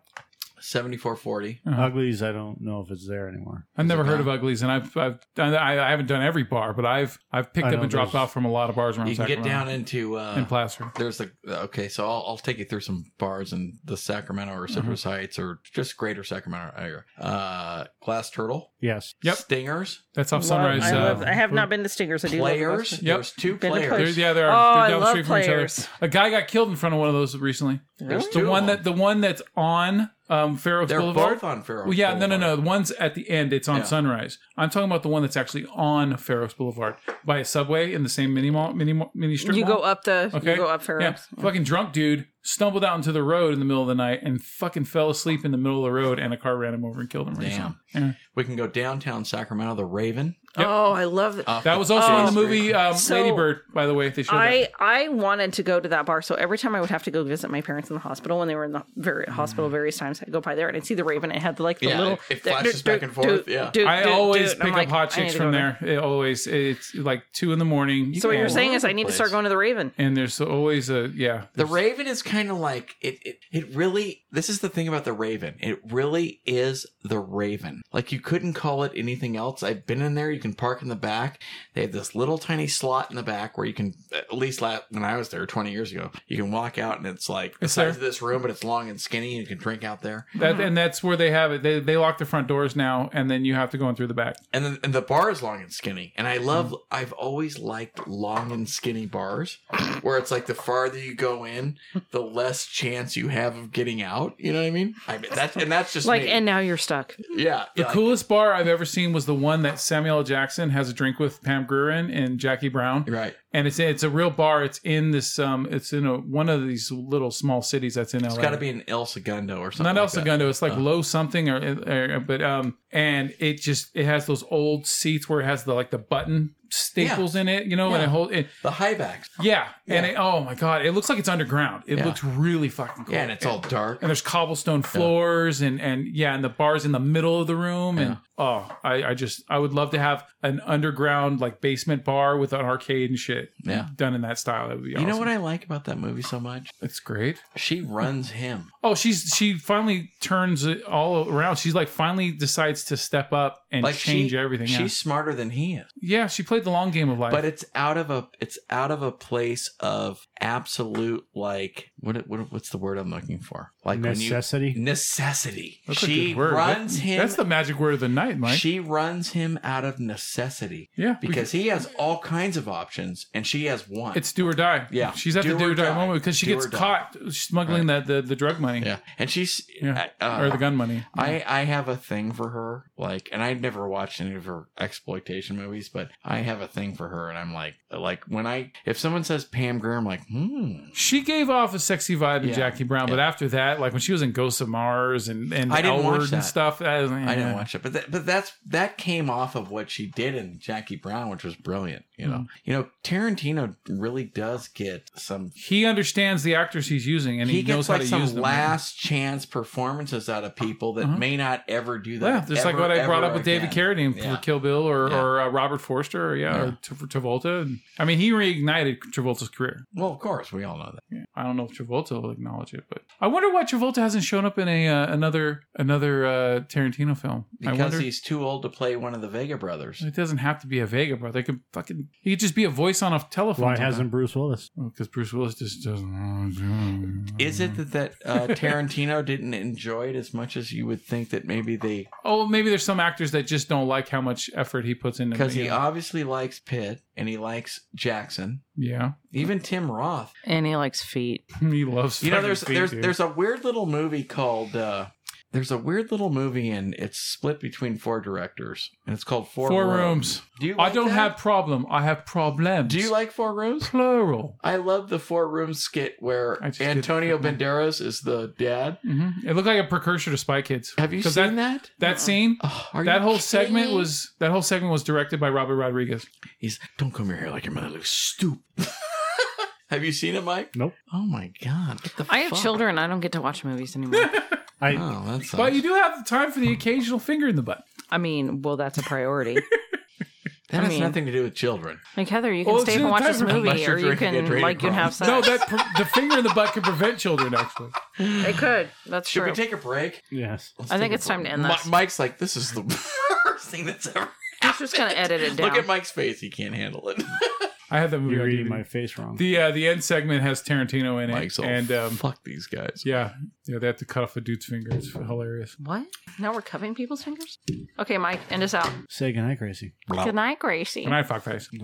seventy four forty. Uglies, I don't know if it's there anymore. I've never it heard of gone? Uglies, and I've, I've done, I, I haven't done every bar, but I've, I've picked I up know and dropped there's- off from a lot of bars around. You can get Sacramento down into uh, and Placer. there's the okay so I'll, I'll take you through some bars in the sacramento or Mm-hmm. citrus heights or just greater sacramento area uh glass turtle Yes. Yep. stingers That's off Love- Sunrise. I, uh, love, I have not been to Stingers. I do love players Western. Yep. there's two Been to They're, players yeah, they are. Oh, They're I down the love street from each other. players. A guy got killed in front of one of those recently. there's The two one of that them. the one that's on um Farrow's they're Boulevard. both on Pharaoh. Well, yeah, no, no, no. The one's at the end. It's on Yeah. Sunrise. I'm talking about the one that's actually on Farrow's Boulevard by a subway in the same mini mall, mini mall- mini strip. You mall. go up the. Okay. You go up Yeah. Ferris. fucking drunk dude stumbled out into the road in the middle of the night and fucking fell asleep in the middle of the road, and a car ran him over and killed him. Damn. Yeah. We can go downtown Sacramento, the Raven. Oh, I love that. That was also in Oh. the movie um, So- Lady Bird, by the way. They showed that. I, I wanted to go to that bar, so every time I would have to go visit my parents in the hospital when they were in the very hospital Mm. various times, I'd go by there and I'd see the Raven. It had the, like the Yeah, little. it- it flashes back and forth, yeah. I always pick pick up hot chicks from there. It always it's like two in the morning. So what you're and- saying is I need to start Place. going to the Raven. and there's always a yeah. The there's- Raven is kind of like it, it. It really. This is the thing about the Raven. It really is the Raven. Like you couldn't call it anything else. I've been in there. You can park in the back. They have this little tiny slot in the back where you can, at least last, when I was there 20 years ago, you can walk out and it's like the It's size there. of this room, but it's long and skinny. And you can drink out there. that, and that's where they have it. They they lock the front doors now, and then you have to go in through the back. And then and the bar is long and skinny. And I love. Mm-hmm. I've always liked long and (coughs) skinny bars, where it's like the farther you go in, the less chance you have of getting out. You know what I mean? I mean that's and that's just Like, me. and now you're stuck. Yeah. The yeah, like- coolest bar I've ever seen was the one that Samuel L. Jackson has a drink with Pam Grier in and Jackie Brown. Right. And it's it's a real bar. It's in this um it's in a one of these little small cities that's in LA. It's got to be an El Segundo or something. not El like that. Segundo. It's like Uh. low something or, or but um and it just it has those old seats where it has the like the button staples in it, you know, and Yeah. it hold it, The highbacks. yeah. And Yeah. it, oh my god, it looks like it's underground. It Yeah. looks really fucking cool. Yeah, and it's all dark. and there's cobblestone floors and and yeah and the bar's in the middle of the room and oh I, I just i would love to have an underground like basement bar with an arcade and shit Yeah. done in that style that would be You know what I like about that movie so much? it's great She runs him. oh she's she finally turns it all around she's like finally decides to step up and Like change she- everything yeah. She's smarter than he is. yeah she played the long game of life But it's out of a it's out of a place of absolute like what what what's the word I'm looking for? Like when you- Necessity? necessity. That's a she good word. runs That- him that's the magic word of the night mike She runs him out of necessity yeah because he has all kinds of options and she has one. it's do or die. Yeah. she's at Do the do or or die, die. moment because she Do gets or die. caught smuggling the, the the drug money, yeah, and she's Yeah. uh, or the gun money. I, I have a thing for her, like, and I'd never watched any of her exploitation movies, but I have a thing for her, and I'm like, like when I if someone says Pam Grier, I'm like, hmm. She gave off a sexy vibe in Yeah. Jackie Brown, but Yeah. after that, like when she was in Ghosts of Mars and and I didn't L watch Word that. and stuff, I, I didn't watch it, but that, but that's that came off of what she did in Jackie Brown, which was brilliant. You Mm. know, you know, Tarantino really does get some. He understands the actors he's using, and he, he, gets knows like how to some use them. last chance performances out of people that Uh-huh. may not ever do that. yeah, just like ever, what I brought ever up with David again. Carradine Yeah. for Kill Bill or, Yeah. or uh, Robert Forster, or, yeah, Yeah. or Tra- Travolta. And- I mean, he reignited Travolta's career. Well, of course, we all know that. I don't know if Travolta will acknowledge it, but I wonder why Travolta hasn't shown up in a uh, another another uh, Tarantino film. I Because wonder. Mm. he's too old to play one of the Vega brothers. it doesn't have to be a Vega, brother. It could fucking. He could just be a voice on a telephone. Why sometime. hasn't Bruce Willis? Because Bruce Willis just doesn't. (laughs) Is it that, that (laughs) uh, Tarantino didn't enjoy it as much as you would think that maybe they. Oh, maybe there's some actors that just don't like how much effort he puts into. Because he uh, yeah. obviously likes Pitt and he likes Jackson, yeah, (laughs) even Tim Roth. And he likes feet. he loves. You know, fucking there's feet, there's dude. there's a weird little movie called. Uh, there's a weird little movie and it's split between four directors and it's called Four, four, rooms. Do you? (laughs) I like don't that? have problem. I have problems. Do you like Four Rooms? plural? I love the Four Rooms skit where I just did- Antonio Banderas is the dad. Mm-hmm. hmm It looked like a precursor to Spy Kids. Have you 'Cause seen that? that? that scene. Oh, are That you whole kidding segment me? was that whole segment was directed by Robert Rodriguez. He's don't comb your hair like your mother looks stupid. (laughs) Have you seen it, Mike? Nope. Oh my god! What the I have fuck? children. I don't get to watch movies (laughs) anymore. I Oh, that's But you do have the time for the occasional finger in the butt. I mean, well, that's a (laughs) priority. that I has mean- nothing to do with children. Like Heather, you can Well, stay it's and watch time this for- movie, unless you're or you drinking can a drink like you can problem. have sex. No, that pre- the finger in the butt can prevent children. Actually, it could. That's Should true. we take a break? yes. Let's I think take a it's time to break. end Mi- this. Mike's like, this is the (laughs) worst thing that's ever. He's just gonna edit it down. Look at Mike's face; he can't handle (laughs) it. I had that movie. You're on reading DVD. my face wrong. The uh, the end segment has Tarantino in it, Mike's all, and um, fuck these guys. yeah, yeah, they have to cut off a dude's finger. It's hilarious. what? Now we're cutting people's fingers? Okay, Mike, end us out. Say goodnight, Gracie. Good night, Gracie. And I fuck face.